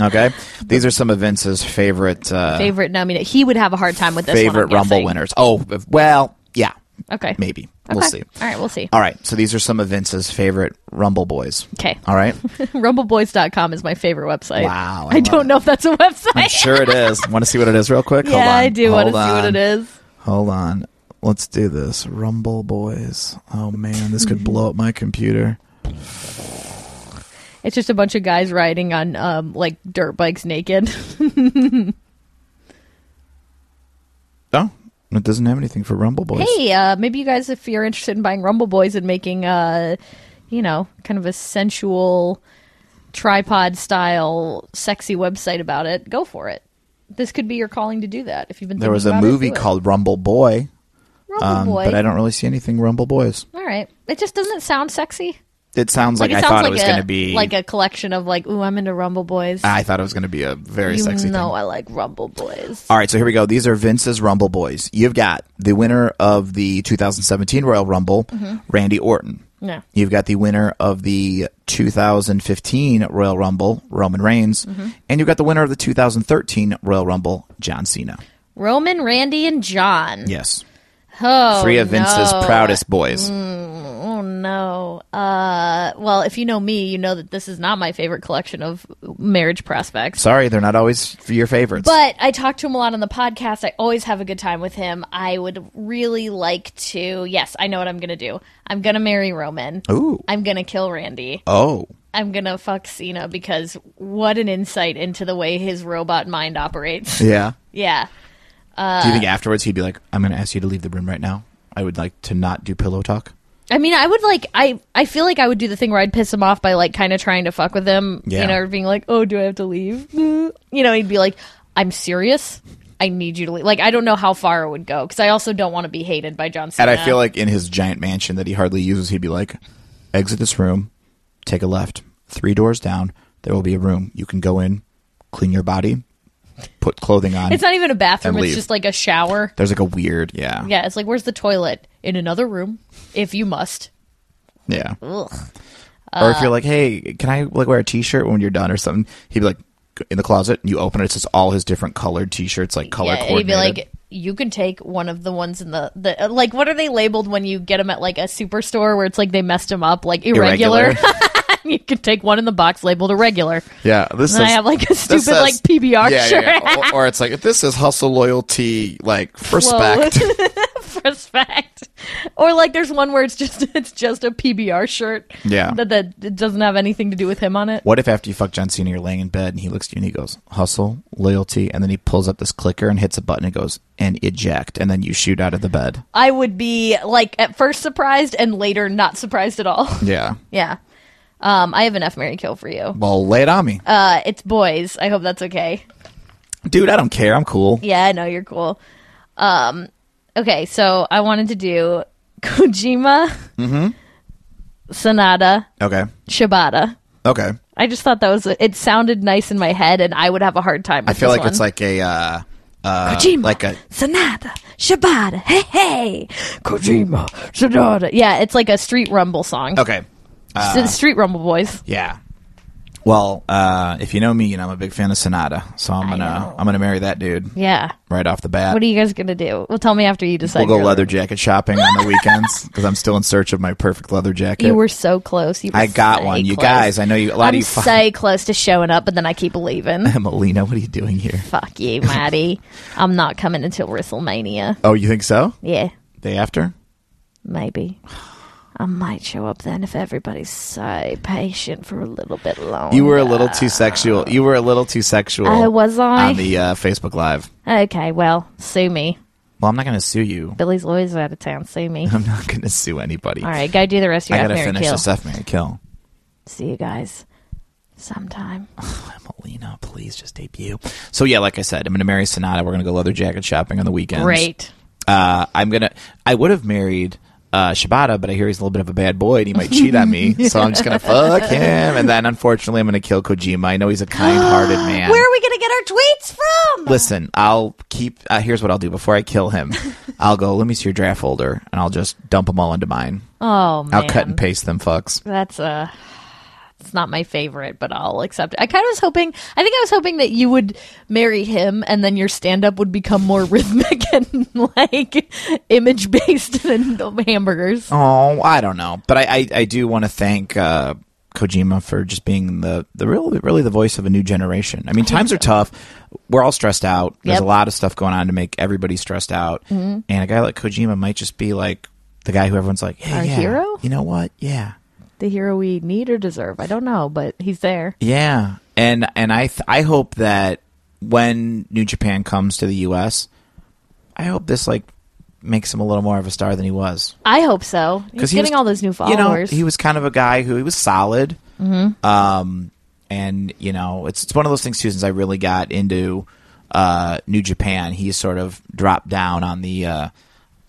C: Okay, these are some of Vince's favorite uh,
D: favorite no i mean he would have a hard time with this
C: favorite
D: one, I'm
C: Rumble
D: guessing.
C: winners. Oh, well, yeah,
D: okay
C: maybe we'll
D: Okay.
C: see.
D: all right we'll see
C: All right, so these are some of Vince's favorite Rumble boys.
D: Okay.
C: all right.
D: rumbleboys.com is my favorite website
C: Wow, I
D: i,
C: love
D: don't
C: it.
D: know if that's a website
C: I'm sure it is. Want to see what it is, real quick? Hold
D: yeah
C: on.
D: i do
C: Hold
D: want to see what
C: on.
D: it is
C: Hold on. Let's do this. Rumble Boys. Oh, man, this could blow up my computer.
D: It's just a bunch of guys riding on um, like dirt bikes naked.
C: Oh, it doesn't have anything for Rumble Boys.
D: hey, uh, maybe you guys, if you're interested in buying Rumble Boys and making, uh, you know, kind of a sensual tripod style sexy website about it, go for it. This could be your calling to do that if you've been.
C: There
D: thinking
C: was a
D: about it,
C: movie
D: do it.
C: called Rumble Boy,
D: Rumble
C: um,
D: Boy.
C: but I don't really see anything Rumble Boys.
D: All right, it just doesn't sound sexy.
C: It sounds like,
D: it
C: I
D: sounds
C: thought
D: like
C: it was
D: a
C: going to be
D: like a collection of like, ooh, I'm into Rumble Boys.
C: I thought it was going to be a very
D: you
C: sexy
D: know
C: thing.
D: I like Rumble Boys.
C: All right, so here we go. These are Vince's Rumble Boys. You've got the winner of the 2017 Royal Rumble, Randy Orton.
D: Mm-hmm. Yeah.
C: You've got the winner of the 2015 Royal Rumble, Roman Reigns,
D: Mm-hmm.
C: and you've got the winner of the 2013 Royal Rumble, John Cena.
D: Roman, Randy, and John.
C: Yes.
D: Oh,
C: three of Vince's
D: no.
C: proudest boys.
D: Oh no. Uh, well, if you know me, you know that this is not my favorite collection of marriage prospects.
C: Sorry, they're not always f- your favorites.
D: But I talk to him a lot on the podcast. I always have a good time with him. I would really like to. Yes, I know what I'm going to do. I'm going to marry Roman.
C: Ooh.
D: I'm going to kill Randy.
C: oh.
D: I'm going to fuck Cena because what an insight into the way his robot mind operates.
C: Yeah.
D: yeah. Uh,
C: do you think afterwards he'd be like, I'm going to ask you to leave the room right now? I would like to not do pillow talk.
D: I mean, I would like I I feel like I would do the thing where I'd piss him off by like kind of trying to fuck with him,
C: Yeah.
D: you know, or being like, "Oh, do I have to leave?" you know, he'd be like, "I'm serious. I need you to leave." Like, I don't know how far it would go because I also don't want to be hated by John
C: And
D: Cena.
C: I feel like in his giant mansion that he hardly uses, he'd be like, exit this room, take a left, three doors down, there will be a room. You can go in, clean your body, put clothing on.
D: it's not even a bathroom;
C: And
D: it's
C: leave.
D: just like a shower.
C: There's like a weird, yeah.
D: Yeah, it's like, "Where's the toilet?" In another room, if you must.
C: Yeah.
D: Ugh. Uh,
C: or if you're like, hey, can I like wear a t-shirt when you're done or something? He'd be like, in the closet, and you open it, it's just all his different colored t-shirts, like color
D: yeah, and he'd
C: coordinated.
D: be like. You can take one of the ones in the, the like. What are they labeled when you get them at like a superstore where it's like they messed them up, like irregular. you could take one in the box labeled irregular.
C: yeah, this
D: And I
C: is-
D: have like a
C: this
D: stupid
C: says-
D: like PBR
C: yeah,
D: shirt.
C: yeah, yeah. Or, or it's like this is hustle loyalty, like respect.
D: Respect. Or like there's one where it's just it's just a PBR shirt.
C: Yeah.
D: That that it doesn't have anything to do with him on it.
C: What if after you fuck John Cena, you're laying in bed and he looks at you and he goes, hustle, loyalty, and then he pulls up this clicker and hits a button and goes, and eject, and then you shoot out of the bed.
D: I would be like at first surprised and later not surprised at all.
C: Yeah.
D: yeah. Um, I have an F Mary Kill for you.
C: Well, lay it on me.
D: Uh, it's boys. I hope that's okay.
C: Dude, I don't care. I'm cool.
D: Yeah, I know you're cool. Um, okay, so I wanted to do Kojima, Sonata,
C: Okay.
D: Shibata.
C: Okay.
D: I just thought that was it sounded nice in my head, and I would have a hard time. With
C: I feel
D: this
C: like it's
D: one.
C: like a, uh, uh,
F: Kojima.
C: like a,
F: Sonata, Shibata, hey, hey, Kojima, Sonata.
D: Sonata. yeah, it's like a street rumble song.
C: okay.
D: S- street rumble boys.
C: Yeah. Well, uh, if you know me, you know I'm a big fan of Sonata, so I'm gonna
D: know.
C: I'm gonna marry that dude
D: Yeah.
C: right off the bat.
D: What are you guys gonna do? Well, tell me after you decide.
C: we'll go
D: your-
C: leather jacket shopping on the weekends because I'm still in search of my perfect leather jacket.
D: You were so close. You were
C: I got
D: so
C: one. You
D: close.
C: guys, I know you. A lot of
D: I'm
C: you. fuck-
D: so close to showing up, but then I keep leaving.
C: Melina, what are you doing here?
D: Fuck you, Maddie. I'm not coming until WrestleMania.
C: Oh, you think so?
D: Yeah,
C: Day after?
D: maybe. I might show up then if everybody's so patient for a little bit longer.
C: You were a little too sexual. You were a little too sexual.
D: Oh, was I?
C: on the uh, Facebook Live?
D: Okay, well, sue me.
C: Well, I'm not gonna sue you.
D: Billy's lawyers are out of town. Sue me.
C: I'm not gonna sue anybody.
D: All right, go do the rest of
C: I
D: your F
C: gotta
D: Mary
C: finish
D: Kill.
C: this F Mary Kill.
D: See you guys sometime.
C: Melina, please just debut. So yeah, like I said, I'm gonna marry Sonata. We're gonna go leather jacket shopping on the weekends.
D: Great.
C: Uh, I'm gonna. I would have married uh, Shibata, but I hear he's a little bit of a bad boy and he might cheat on me. So I'm just gonna fuck him, and then unfortunately I'm gonna kill Kojima. I know he's a kind-hearted man.
F: Where are we gonna get our tweets from?
C: Listen, I'll keep. Uh, here's what I'll do before I kill him. I'll go. Let me see your draft folder, and I'll just dump them all into mine.
D: Oh man,
C: I'll cut and paste them. Fucks.
D: that's Uh, it's not my favorite, but I'll accept it. I kind of was hoping. I think I was hoping that you would marry him, and then your stand-up would become more rhythmic and like image-based than the hamburgers.
C: Oh, I don't know, but I I, I do want to thank uh, Kojima for just being the the real really the voice of a new generation. I mean, times are tough. We're all stressed out. There's a
D: Yep. Mm-hmm.
C: lot of stuff going on to make everybody stressed out. And a guy like Kojima might just be like the guy who everyone's like, hey,
D: Our
C: yeah,
D: hero?
C: You know what? Yeah,
D: the hero we need or deserve. I don't know, but he's there.
C: yeah. And and I th- I hope that when New Japan comes to the U.S., I hope this like makes him a little more of a star than he was.
D: I hope so. He's
C: he
D: getting
C: was-
D: all those new
C: You know,
D: followers. Mm-hmm.
C: he was kind of a guy who he was solid. Um, and you know, it's it's one of those things too. Since I really got into uh, New Japan, he sort of dropped down on the uh,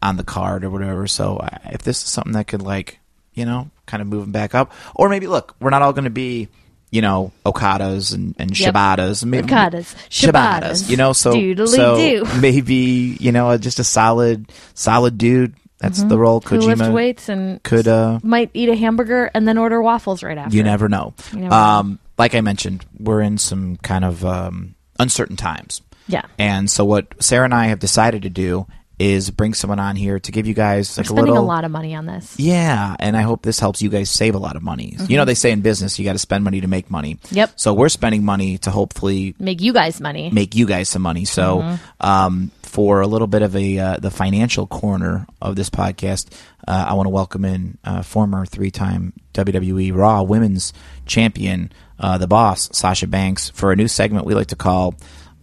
C: on the card or whatever. So I, if this is something that could like you know kind of move him back up, or maybe look, we're not all going to be. You know, Okadas and, and
D: Yep.
C: Shibatas. Maybe-
D: Okadas, Shibatas.
C: You know, so,
D: Doodly-doo.
C: so maybe, you know, just a solid, solid dude. That's the role
D: Mm-hmm. who
C: Kojima
D: lift weights and
C: could uh
D: might eat a hamburger and then order waffles right after.
C: you never know.
D: never know.
C: Um like I mentioned, we're in some kind of um uncertain times.
D: Yeah.
C: And so what Sarah and I have decided to do is bring someone on here to give you guys like a
D: Spending
C: little
D: a lot of money on this.
C: yeah, and I hope this helps you guys save a lot of money. You know they say in business you got to spend money to make money.
D: Yep.
C: So we're spending money to hopefully
D: Make you guys money.
C: make you guys some money. So,
D: Mm-hmm.
C: um, for a little bit of a uh, the financial corner of this podcast, uh, I want to welcome in uh, former three time WWE E Raw Women's Champion, uh, the Boss Sasha Banks, for a new segment we like to call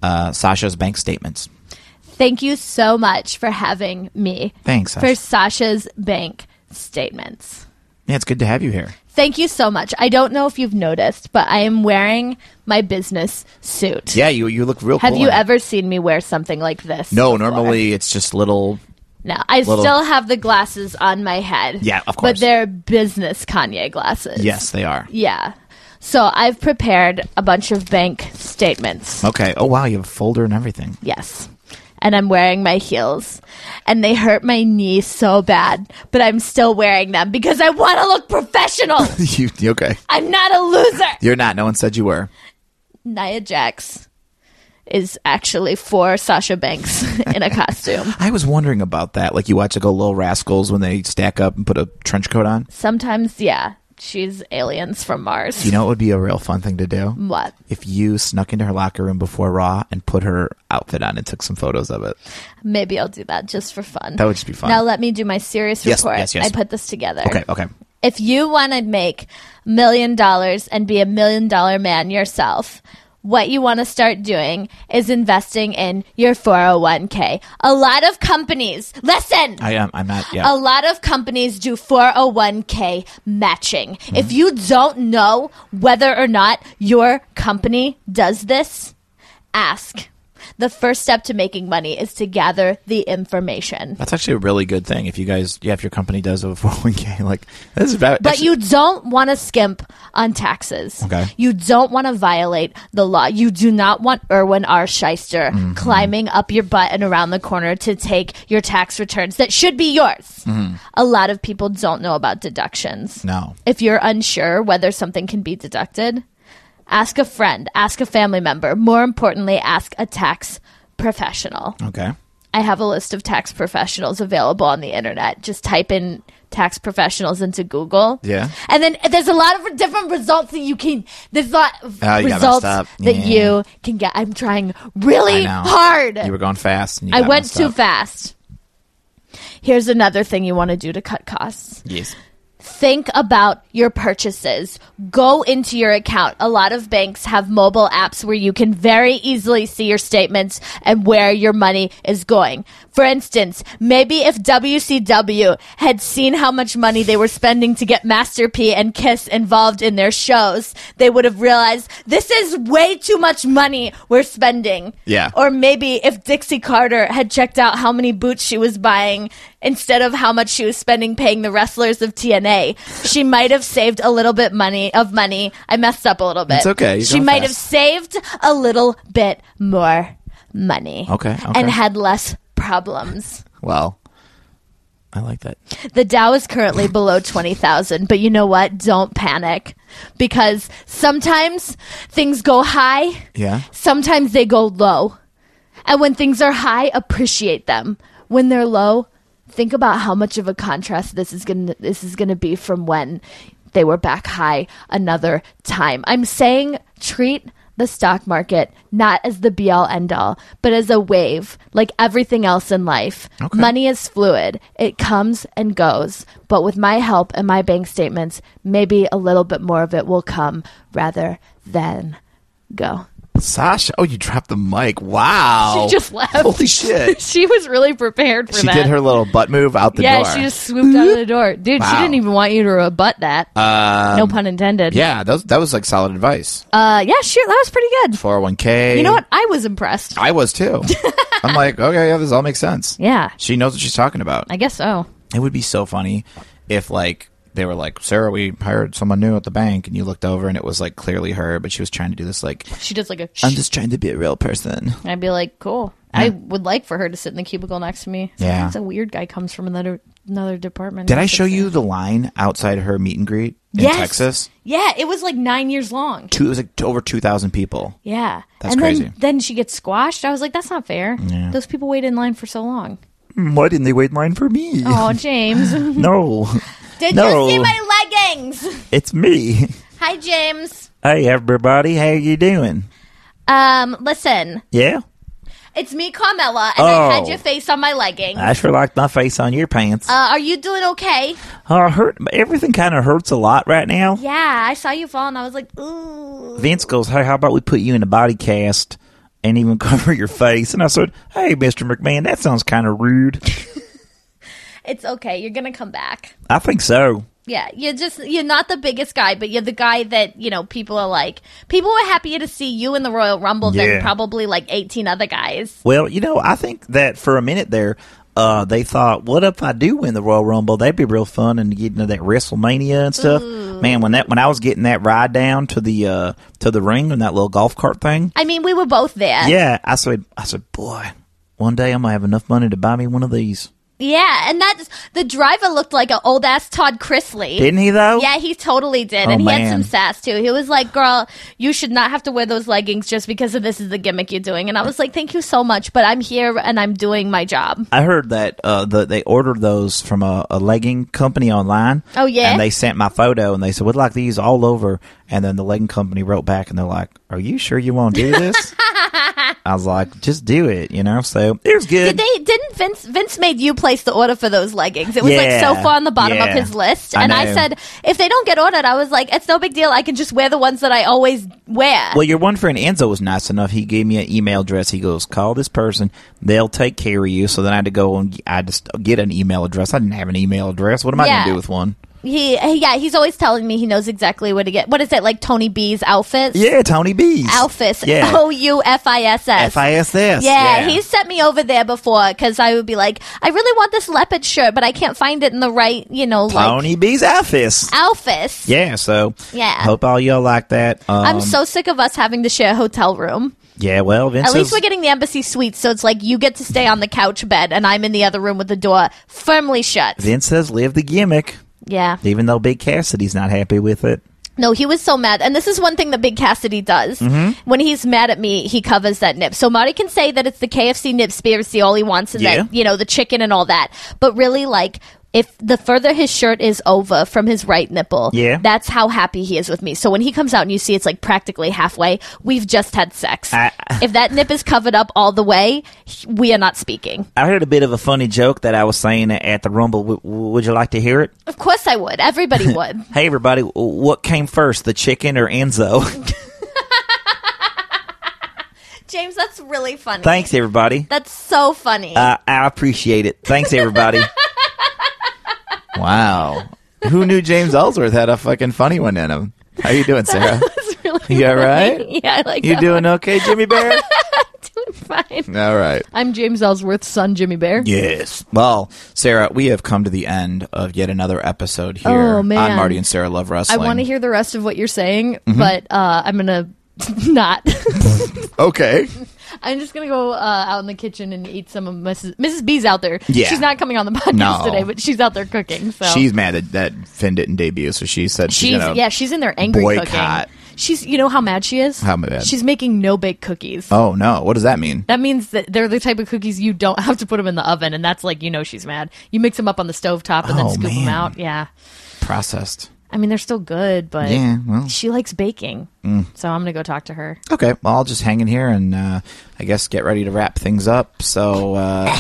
C: uh, Sasha's Bank Statements.
D: Thank you so much for having me.
C: Thanks, Sasha.
D: For Sasha's bank statements.
C: Yeah, it's good to have you here.
D: Thank you so much. I don't know if you've noticed, but I am wearing my business suit.
C: Yeah, you you look real.
D: Have
C: cool
D: you
C: in it.
D: ever seen me wear something like this?
C: No,
D: before?
C: normally it's just little.
D: No, I
C: Little-
D: still have the glasses on my head.
C: Yeah, of
D: But
C: course.
D: they're business Kanye glasses.
C: Yes, they are.
D: Yeah. So I've prepared a bunch of bank statements.
C: Okay. Oh wow, you have a folder and everything.
D: Yes. And I'm wearing my heels. And they hurt my knee so bad, but I'm still wearing them because I want to look professional.
C: you you okay?
D: I'm not a loser.
C: You're not. No one said you were.
D: Nia Jax is actually for Sasha Banks in a costume.
C: I was wondering about that. Like you watch like a Little Rascals when they stack up and put a trench coat on.
D: Sometimes, yeah, she's aliens from Mars.
C: You know, it would be a real fun thing to do
D: what?
C: if you snuck into her locker room before Raw and put her outfit on and took some photos of it.
D: Maybe I'll do that just for fun.
C: That would just be fun.
D: Now let me do my serious
C: Yes,
D: report.
C: yes, yes.
D: I put this together.
C: Okay, okay.
D: If you want to make million dollars and be a million dollar man yourself, what you want to start doing is investing in your 401k. A lot of companies, listen,
C: I am. I'm not. Yeah.
D: a lot of companies do 401k matching.
C: Mm-hmm.
D: If you don't know whether or not your company does this, ask. The first step to making money is to gather the information.
C: That's actually a really good thing. If you guys, yeah, if your company does have a 401k, like this is about.
D: But you don't want to skimp on taxes.
C: Okay.
D: You don't want to violate the law. You do not want Irwin R. Shyster
C: Mm-hmm.
D: climbing up your butt and around the corner to take your tax returns that should be yours.
C: Mm-hmm.
D: A lot of people don't know about deductions.
C: No.
D: If you're unsure whether something can be deducted, ask a friend, ask a family member. More importantly, ask a tax professional.
C: Okay.
D: I have a list of tax professionals available on the internet. Just type in tax professionals into Google.
C: Yeah.
D: And then there's a lot of different results that you can there's a lot of
C: Oh, you got
D: results
C: messed up.
D: that
C: Yeah.
D: you can get. I'm trying really
C: I know.
D: hard.
C: You were going fast. And you
D: I
C: got
D: went
C: messed
D: too
C: up.
D: fast. Here's another thing you want to do to cut costs
C: Yes.
D: think about your purchases. Go into your account. A lot of banks have mobile apps where you can very easily see your statements and where your money is going. For instance, maybe if WCW had seen how much money they were spending to get Master P and Kiss involved in their shows, they would have realized this is way too much money we're spending.
C: Yeah.
D: Or maybe if Dixie Carter had checked out how many boots she was buying instead of how much she was spending paying the wrestlers of TNA, she might have saved a little bit money of money. I messed up a little bit.
C: It's okay. You're
D: She
C: going
D: might
C: fast.
D: have saved a little bit more money.
C: Okay, okay.
D: And had less problems.
C: Well, I like that.
D: The Dow is currently below 20,000, but you know what? Don't panic because sometimes things go high
C: Yeah.
D: sometimes they go low. And when things are high, appreciate them. When they're low, think about how much of a contrast this is going to this is going to be from when they were back high another time. I'm saying treat the stock market not as the be all end all, but as a wave, like everything else in life.
C: Okay.
D: Money is fluid, it comes and goes. But with my help and my bank statements, maybe a little bit more of it will come rather than go.
C: Sasha, oh, you dropped the mic. Wow.
D: She just left.
C: Holy shit.
D: she was really prepared for
C: she
D: that.
C: did her little butt move out the
D: yeah,
C: door.
D: she just swooped out of the door. Dude, she
C: Wow. Um,
D: didn't even want you to rebut that. no pun intended.
C: yeah, that was, that was like solid advice.
D: Uh, yeah, shoot, that was pretty good.
C: 401k.
D: You know what? I was impressed.
C: I was too. I'm like, okay, yeah, this all makes sense.
D: Yeah,
C: She knows what she's talking about.
D: I guess so.
C: It would be so funny if like they were like, Sarah, we hired someone new at the bank, and you looked over and it was like clearly her, but she was trying to do this like,
D: She does like a shh.
C: I'm just trying to be a real person.
D: I'd be like, cool. I would like for her to sit in the cubicle next to me.
C: Yeah.
D: Sometimes a weird guy comes from another another department.
C: Did I
D: It's
C: show
D: like-
C: you the line outside her meet and greet in
D: Yes.
C: Texas?
D: Yeah, it was like nine years long.
C: Two, it was like over two thousand people.
D: Yeah,
C: That's
D: and
C: crazy.
D: Then, then she gets squashed. I was like, that's not fair. Those people waited in line for so long.
C: Why didn't they wait in line for me?
D: Oh, James,
C: No,
D: did
C: No.
D: you see my leggings?
C: it's me.
D: Hi, James.
C: Hey, everybody, how you doing?
D: Um, listen,
C: Yeah,
D: it's me, Carmela,
C: Oh.
D: and I had your face on my leggings. Uh,
C: sure like my face on your pants.
D: are you doing okay?
C: I hurt. Everything kind of hurts a lot right now.
D: Yeah, I saw you fall, and I was like, ooh.
C: Vince goes, Hey, how about we put you in a body cast and even cover your face? And I said, Hey, Mr. McMahon, that sounds kind of rude.
D: It's okay. You're gonna come back.
C: I think so.
D: Yeah, you're just you're not the biggest guy, but you're the guy that you know people are like. People were happier to see you in the Royal Rumble
C: Yeah.
D: than probably like 18 other guys.
C: Well, you know, I think that for a minute there, uh, they thought, What if I do win the Royal Rumble? That'd be real fun and get into that WrestleMania and stuff. Man, when that when I was getting that ride down to the uh, to the ring and that little golf cart thing,
D: I mean, we were both there.
C: yeah, I said I said, Boy, one day I'm gonna have enough money to buy me one of these.
D: Yeah, and that's the driver looked like an old ass Todd Chrisley.
C: Didn't he though?
D: yeah, he totally did,
C: Oh,
D: and he had
C: man.
D: some sass too. He was like, "Girl, you should not have to wear those leggings just because of this is the gimmick you're doing." And I was like, "Thank you so much, but I'm here and I'm doing my job."
C: I heard that uh, the, they ordered those from a, a legging company online.
D: Oh, yeah?
C: and they sent my photo and they said we'd like these all over. And then the legging company wrote back and they're like, "Are you sure you want to do this?" I was like, "Just do it," you know. So it was good.
D: Did they didn't Vince Vince made you place the order for those leggings. It was like so
C: Yeah.
D: far on the bottom
C: Yeah.
D: of his list.
C: I
D: and I
C: know.
D: said, if they don't get ordered, I was like, it's no big deal. I can just wear the ones that I always wear.
C: well, your one friend Enzo was nice enough. He gave me an email address. He goes, "Call this person; they'll take care of you." So then I had to go and I just get an email address. I didn't have an email address. What am I going
D: Yeah.
C: to do with one?
D: He he- yeah, he's always telling me he knows exactly where to get what is it, like Tony B's outfits?
C: Yeah, Tony B's
D: Outfits.
C: Yeah.
D: O U F I S S.
C: F I S S.
D: Oh, Yeah, he sent me over there before because I would be like, I really want this leopard shirt, but I can't find it in the right, you know, like
C: Tony B's office.
D: outfits.
C: Yeah, so
D: Yeah.
C: hope all y'all like that. Um,
D: I'm so sick of us having to share a hotel room.
C: yeah. Well, Vince,
D: At least
C: is-
D: we're getting the embassy suite, so it's like you get to stay on the couch bed, and I'm in the other room with the door firmly shut.
C: Vince has lived the gimmick,
D: Yeah.
C: even though Big Cassidy's not happy with it.
D: No, he was so mad. And this is one thing that Big Cassidy does.
C: Mm-hmm.
D: When he's mad at me, he covers that nip. So Marty can say that it's the KFC nip spiracy all he wants and
C: Yeah.
D: that, you know, the chicken and all that. But really, like, if the further his shirt is over from his right nipple,
C: Yeah.
D: that's how happy he is with me. So when he comes out and you see it's like practically halfway, we've just had sex.
C: I-
D: if that nip is covered up all the way, he- we are not speaking.
C: I heard a bit of a funny joke that I was saying at the Rumble. W- w- would you like to hear it?
D: Of course I would. Everybody would.
C: Hey, everybody, w- what came first, the chicken or Enzo?
D: James, that's really funny.
C: Thanks, everybody.
D: That's so funny.
C: Uh, I appreciate it. Thanks, everybody. wow. Who knew James Ellsworth had a fucking funny one in him? How you doing, Sarah? you all right?
D: yeah, I like
C: You
D: that
C: doing okay, Jimmy Bear?
D: one. Fine.
C: all right.
D: I'm James Ellsworth's son, Jimmy Bear.
C: Yes. Well, Sarah, we have come to the end of yet another episode here
D: Oh,
C: on
D: man.
C: Marty and Sarah Love
D: I
C: Wrestling.
D: want to hear the rest of what you're saying,
C: Mm-hmm.
D: but uh, I'm gonna not.
C: Okay.
D: I'm just gonna go uh, out in the kitchen and eat some of Mrs. Mrs. B's out there.
C: Yeah.
D: she's not coming on the podcast
C: No.
D: today, but she's out there cooking. So
C: She's mad that, that Finn didn't debut, so she said she's,
D: She's
C: gonna.
D: yeah, she's in there angry
C: boycott.
D: cooking. She's you know how mad she is.
C: How mad?
D: She's making no bake cookies.
C: Oh no! What does that mean?
D: That means that they're the type of cookies you don't have to put them in the oven, and that's like you know she's mad. You mix them up on the stovetop and
C: Oh,
D: then scoop
C: man.
D: them out. Yeah,
C: Processed.
D: I mean, they're still good, but
C: Yeah, well. Mm.
D: she likes baking, so I'm gonna go talk to her.
C: Okay, well, I'll just hang in here and uh, I guess get ready to wrap things up. So, uh,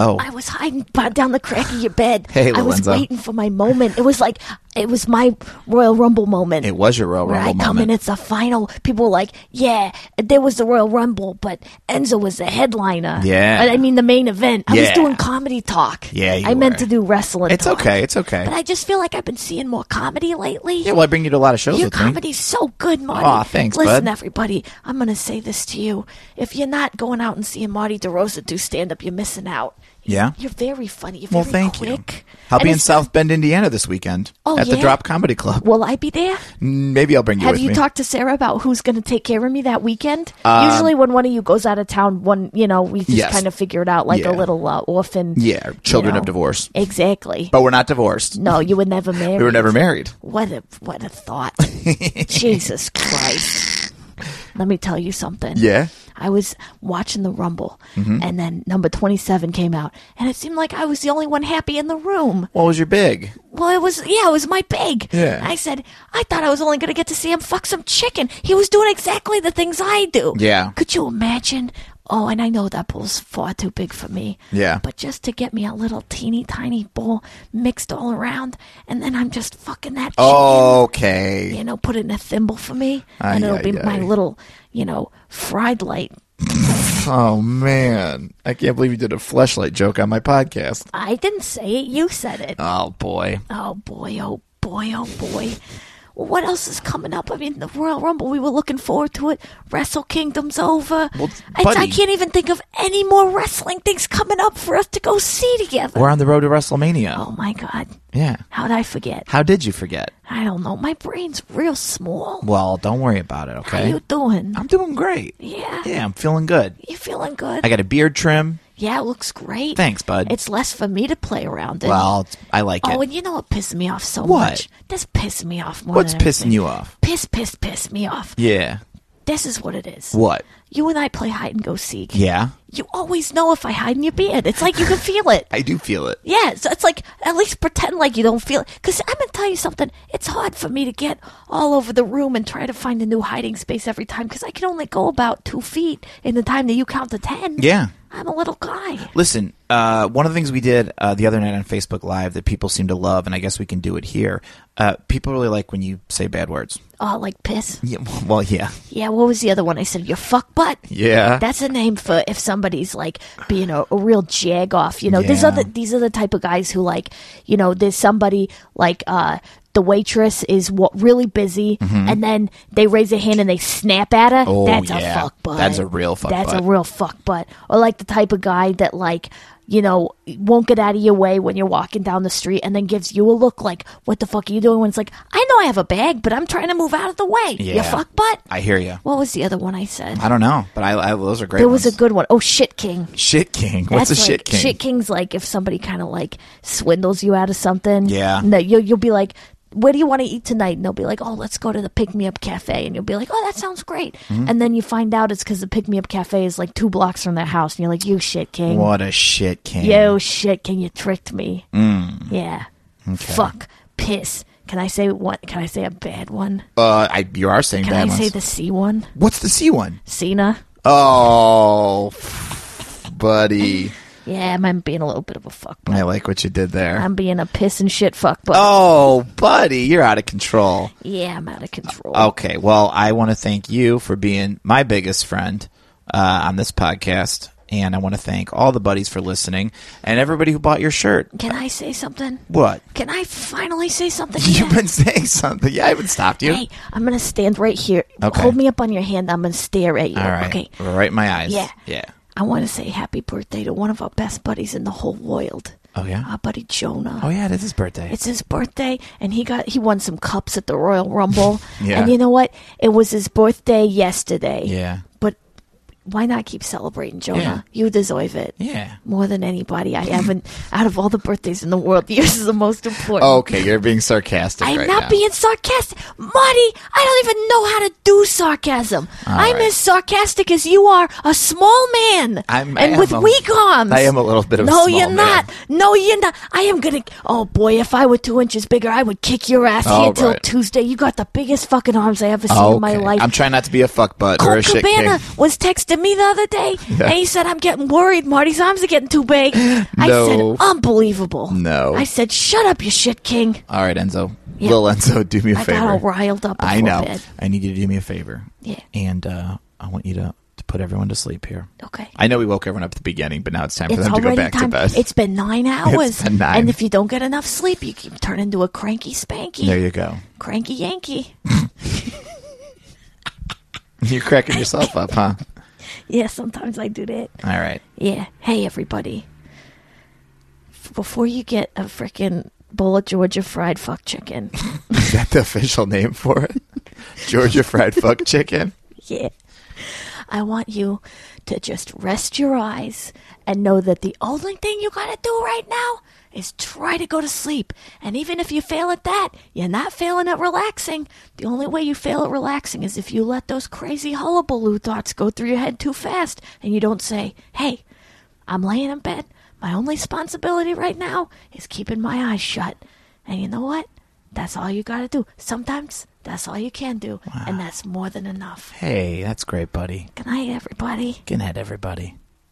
C: oh,
E: I was hiding b- down the crack of your bed.
C: Hey,
E: I was
C: Lorenzo.
E: waiting for my moment. It was like it was my Royal Rumble moment.
C: it was your Royal
E: where
C: Rumble
E: I come
C: moment.
E: in, it's the final. People were like, yeah, there was the Royal Rumble, but Enzo was the headliner.
C: Yeah.
E: I, I mean, the main event. I was
C: Yeah.
E: doing comedy talk.
C: Yeah, you
E: I meant
C: were.
E: to do wrestling.
C: it's
E: talk.
C: okay. It's okay.
E: But I just feel like I've been seeing more comedy lately.
C: yeah, well, I bring you to a lot of shows
E: Your
C: with me.
E: comedy's so good, Marty.
C: Aw, thanks,
E: Listen,
C: bud.
E: everybody, I'm going to say this to you. If you're not going out and seeing Marty DeRosa do stand up, you're missing out.
C: Yeah.
E: You're very funny. You're
C: Well,
E: very
C: thank
E: quick.
C: you. I'll
E: And
C: be in
E: it's-
C: South Bend, Indiana this weekend
E: Oh,
C: at the
E: yeah?
C: Drop Comedy Club.
E: Will I be there?
C: Maybe I'll bring you
E: Have
C: with
E: you
C: me. Um,
E: talked to Sarah about who's going to take care of me that weekend? Usually, when one of you goes out of town, one you know we just
C: Yes.
E: kind of figure it out like
C: Yeah.
E: a little uh, orphan.
C: Yeah,
E: you
C: children of
E: know.
C: divorce.
E: Exactly.
C: but we're not divorced.
E: no, you were never married.
C: We were never married.
E: What a what a thought. Jesus Christ. Let me tell you something.
C: Yeah. Mm-hmm.
E: I was watching the Rumble, and then number 27 came out, and it seemed like I was the only one happy in the room.
C: What was your big?
E: Well, it was, yeah, it was my big.
C: Yeah.
E: I said, I thought I was only going to get to see him fuck some chicken. He was doing exactly the things I do.
C: Yeah.
E: Could you imagine? Oh, and I know that bowl's far too big for me.
C: Yeah.
E: But just to get me a little teeny tiny bowl mixed all around, and then I'm just fucking that chicken
C: Oh. Okay.
E: you know, put it in a thimble for me, and
C: Aye,
E: it'll
C: aye,
E: be my
C: aye.
E: little, you know, fried light.
C: Oh man, I can't believe you did a fleshlight joke on my podcast.
E: I didn't say it; you said it.
C: Oh boy.
E: Oh boy! Oh boy! Oh boy! Well, what else is coming up? I mean, the Royal Rumble. We were looking forward to it. Wrestle Kingdom's over.
C: Well,
E: I, I
C: buddy.
E: can't even think of any more wrestling things coming up for us to go see together.
C: We're on the road to WrestleMania.
E: Oh my God!
C: Yeah.
E: How'd I forget?
C: How did you forget?
E: I don't know. My brain's real small.
C: Well, don't worry about it,
E: How
C: okay?
E: you doing?
C: I'm doing great.
E: yeah.
C: Yeah, I'm feeling good.
E: You feeling good?
C: I got a beard trim.
E: yeah, it looks great.
C: Thanks, bud.
E: It's less for me to play around in.
C: well, it's- I like
E: oh,
C: it.
E: and you know what pissed me off so
C: What?
E: much? This pissed me off more.
C: What's
E: than
C: pissing
E: everything.
C: you off?
E: Piss, piss, piss me off.
C: Yeah.
E: This is what it is.
C: What?
E: You and I play hide and go seek.
C: Yeah.
E: You always know if I hide in your beard. It's like you can feel it.
C: I do feel it.
E: Yeah, so it's like at least pretend like you don't feel it. Because I'm gonna tell you something. It's hard for me to get all over the room and try to find a new hiding space every time because I can only go about two feet in the time that you count to ten.
C: Yeah.
E: I'm a little guy.
C: Listen, uh, one of the things we did uh, the other night on Facebook Live that people seem to love, and I guess we can do it here. Uh, people really like when you say bad words.
E: Oh, like piss.
C: Yeah, well, yeah,
E: Yeah, what was the other one? I said your fuck butt.
C: yeah.
E: That's a name for if somebody's like being a, a real jag off. You know, these
C: Yeah.
E: are the these are the type of guys who like, you know, there's somebody like uh the waitress is wa- really busy, and then they raise a hand and they snap at her.
C: Mm-hmm. Oh,
E: That's
C: yeah.
E: a fuck butt.
C: That's a real fuck
E: That's
C: butt.
E: a real fuck butt. Or like the type of guy that like. You know, won't get out of your way when you're walking down the street, and then gives you a look like, "What the fuck are you doing?" When it's like, "I know I have a bag, but I'm trying to move out of the way." You
C: Yeah.
E: fuck butt.
C: I hear you.
E: What was the other one I said?
C: I don't know, but I, I those are great.
E: There was a
C: ones.
E: good one. Oh, shit king.
C: shit king. What's a
E: That's
C: shit
E: like-
C: king?
E: Shit king's like if somebody kind of like swindles you out of something.
C: Yeah.
E: No, you'll, you'll be like, where do you want to eat tonight? And they'll be like, oh, let's go to the Pick Me Up Cafe. And you'll be like, oh, that sounds great.
C: Mm-hmm.
E: And then you find out it's because the Pick Me Up Cafe is like two blocks from their house. And you're like, you shit king.
C: What a shit king.
E: Yo, shit king, you tricked me.
C: Mm.
E: Yeah. Fuck. Piss. Can I say one? Can I say a bad one?
C: Uh, I, you are saying
E: Can
C: bad
E: I
C: ones.
E: say the C one?
C: What's the C one?
E: Cena.
C: Oh, buddy.
E: Yeah, I'm being a little bit of a fuck.
C: I like what you did there.
E: I'm being a piss and shit fuck, but
C: oh, buddy, you're out of control.
E: yeah, I'm out of control.
C: Okay, well, I want to thank you for being my biggest friend uh, on this podcast. And I want to thank all the buddies for listening and everybody who bought your shirt.
E: Can I say something?
C: What?
E: Can I finally say something?
C: You've
E: Yeah.
C: been saying something. Yeah, I haven't stopped you.
E: Hey, I'm gonna stand right here.
C: Okay.
E: Hold me up on your hand. I'm gonna stare at you.
C: all right.
E: Okay.
C: Right in my eyes.
E: Yeah.
C: Yeah.
E: I want to say happy birthday to one of our best buddies in the whole world,
C: Oh, yeah?
E: our buddy Jonah.
C: Oh, yeah, it is his birthday.
E: Uh, It's his birthday, and he got he won some cups at the Royal Rumble.
C: Yeah.
E: And you know what? It was his birthday yesterday.
C: yeah.
E: But why not keep celebrating Jonah?
C: Yeah.
E: You deserve it.
C: Yeah.
E: More than anybody I haven't out of all the birthdays in the world, yours is the most important.
C: Okay, you're being sarcastic.
E: I'm
C: Oh, right
E: not
C: now.
E: being sarcastic. Marty, I don't even know how to do sarcasm. I'm
C: right.
E: as sarcastic as you are, a small man.
C: I'm- I
E: and
C: am
E: with
C: a-
E: weak arms.
C: I am a little bit of a
E: No,
C: small
E: you're
C: man.
E: not. No, you're not. I am gonna. Oh boy, if I were two inches bigger, I would kick your ass
C: All
E: here till
C: right.
E: Tuesday. You got the biggest fucking arms I ever seen
C: Okay.
E: in my life.
C: I'm trying not to be a fuckbutt or a
E: Colt
C: shit
E: Cabana
C: king.
E: was texting me the other day, and he said, "I'm getting worried. Marty's arms are getting too big." I
C: No.
E: said, "Unbelievable."
C: No.
E: I said, "Shut up, you shit king."
C: All right, Enzo.
E: Yeah.
C: Little Enzo, do me a
E: I
C: favor.
E: got all riled up.
C: I
E: before
C: know.
E: Bed.
C: I need you to do me a favor.
E: Yeah.
C: And uh, I want you to, to put everyone to sleep here.
E: Okay.
C: I know we woke everyone up at the beginning, but now it's time for
E: It's
C: them to go
E: already
C: back
E: time.
C: to bed.
E: It's been nine hours,
C: been nine.
E: and if you don't get enough sleep, you keep turn into a cranky spanky,
C: there you go.
E: cranky Yankee.
C: You're cracking yourself up, huh?
E: Yeah, sometimes I do that.
C: All right.
E: Yeah. Hey, everybody. F- Before you get a freaking bowl of Georgia fried fuck chicken,
C: Is that the official name for it? Georgia fried fuck chicken?
E: yeah, I want you to just rest your eyes and know that the only thing you gotta do right now is try to go to sleep. And even if you fail at that, you're not failing at relaxing. The only way you fail at relaxing is if you let those crazy hullabaloo thoughts go through your head too fast and you don't say, hey, I'm laying in bed. My only responsibility right now is keeping my eyes shut. And you know what? That's all you gotta do. Sometimes that's all you can do, and that's more than enough.
C: Hey, that's great, buddy.
E: Good night, everybody.
C: Good night, everybody.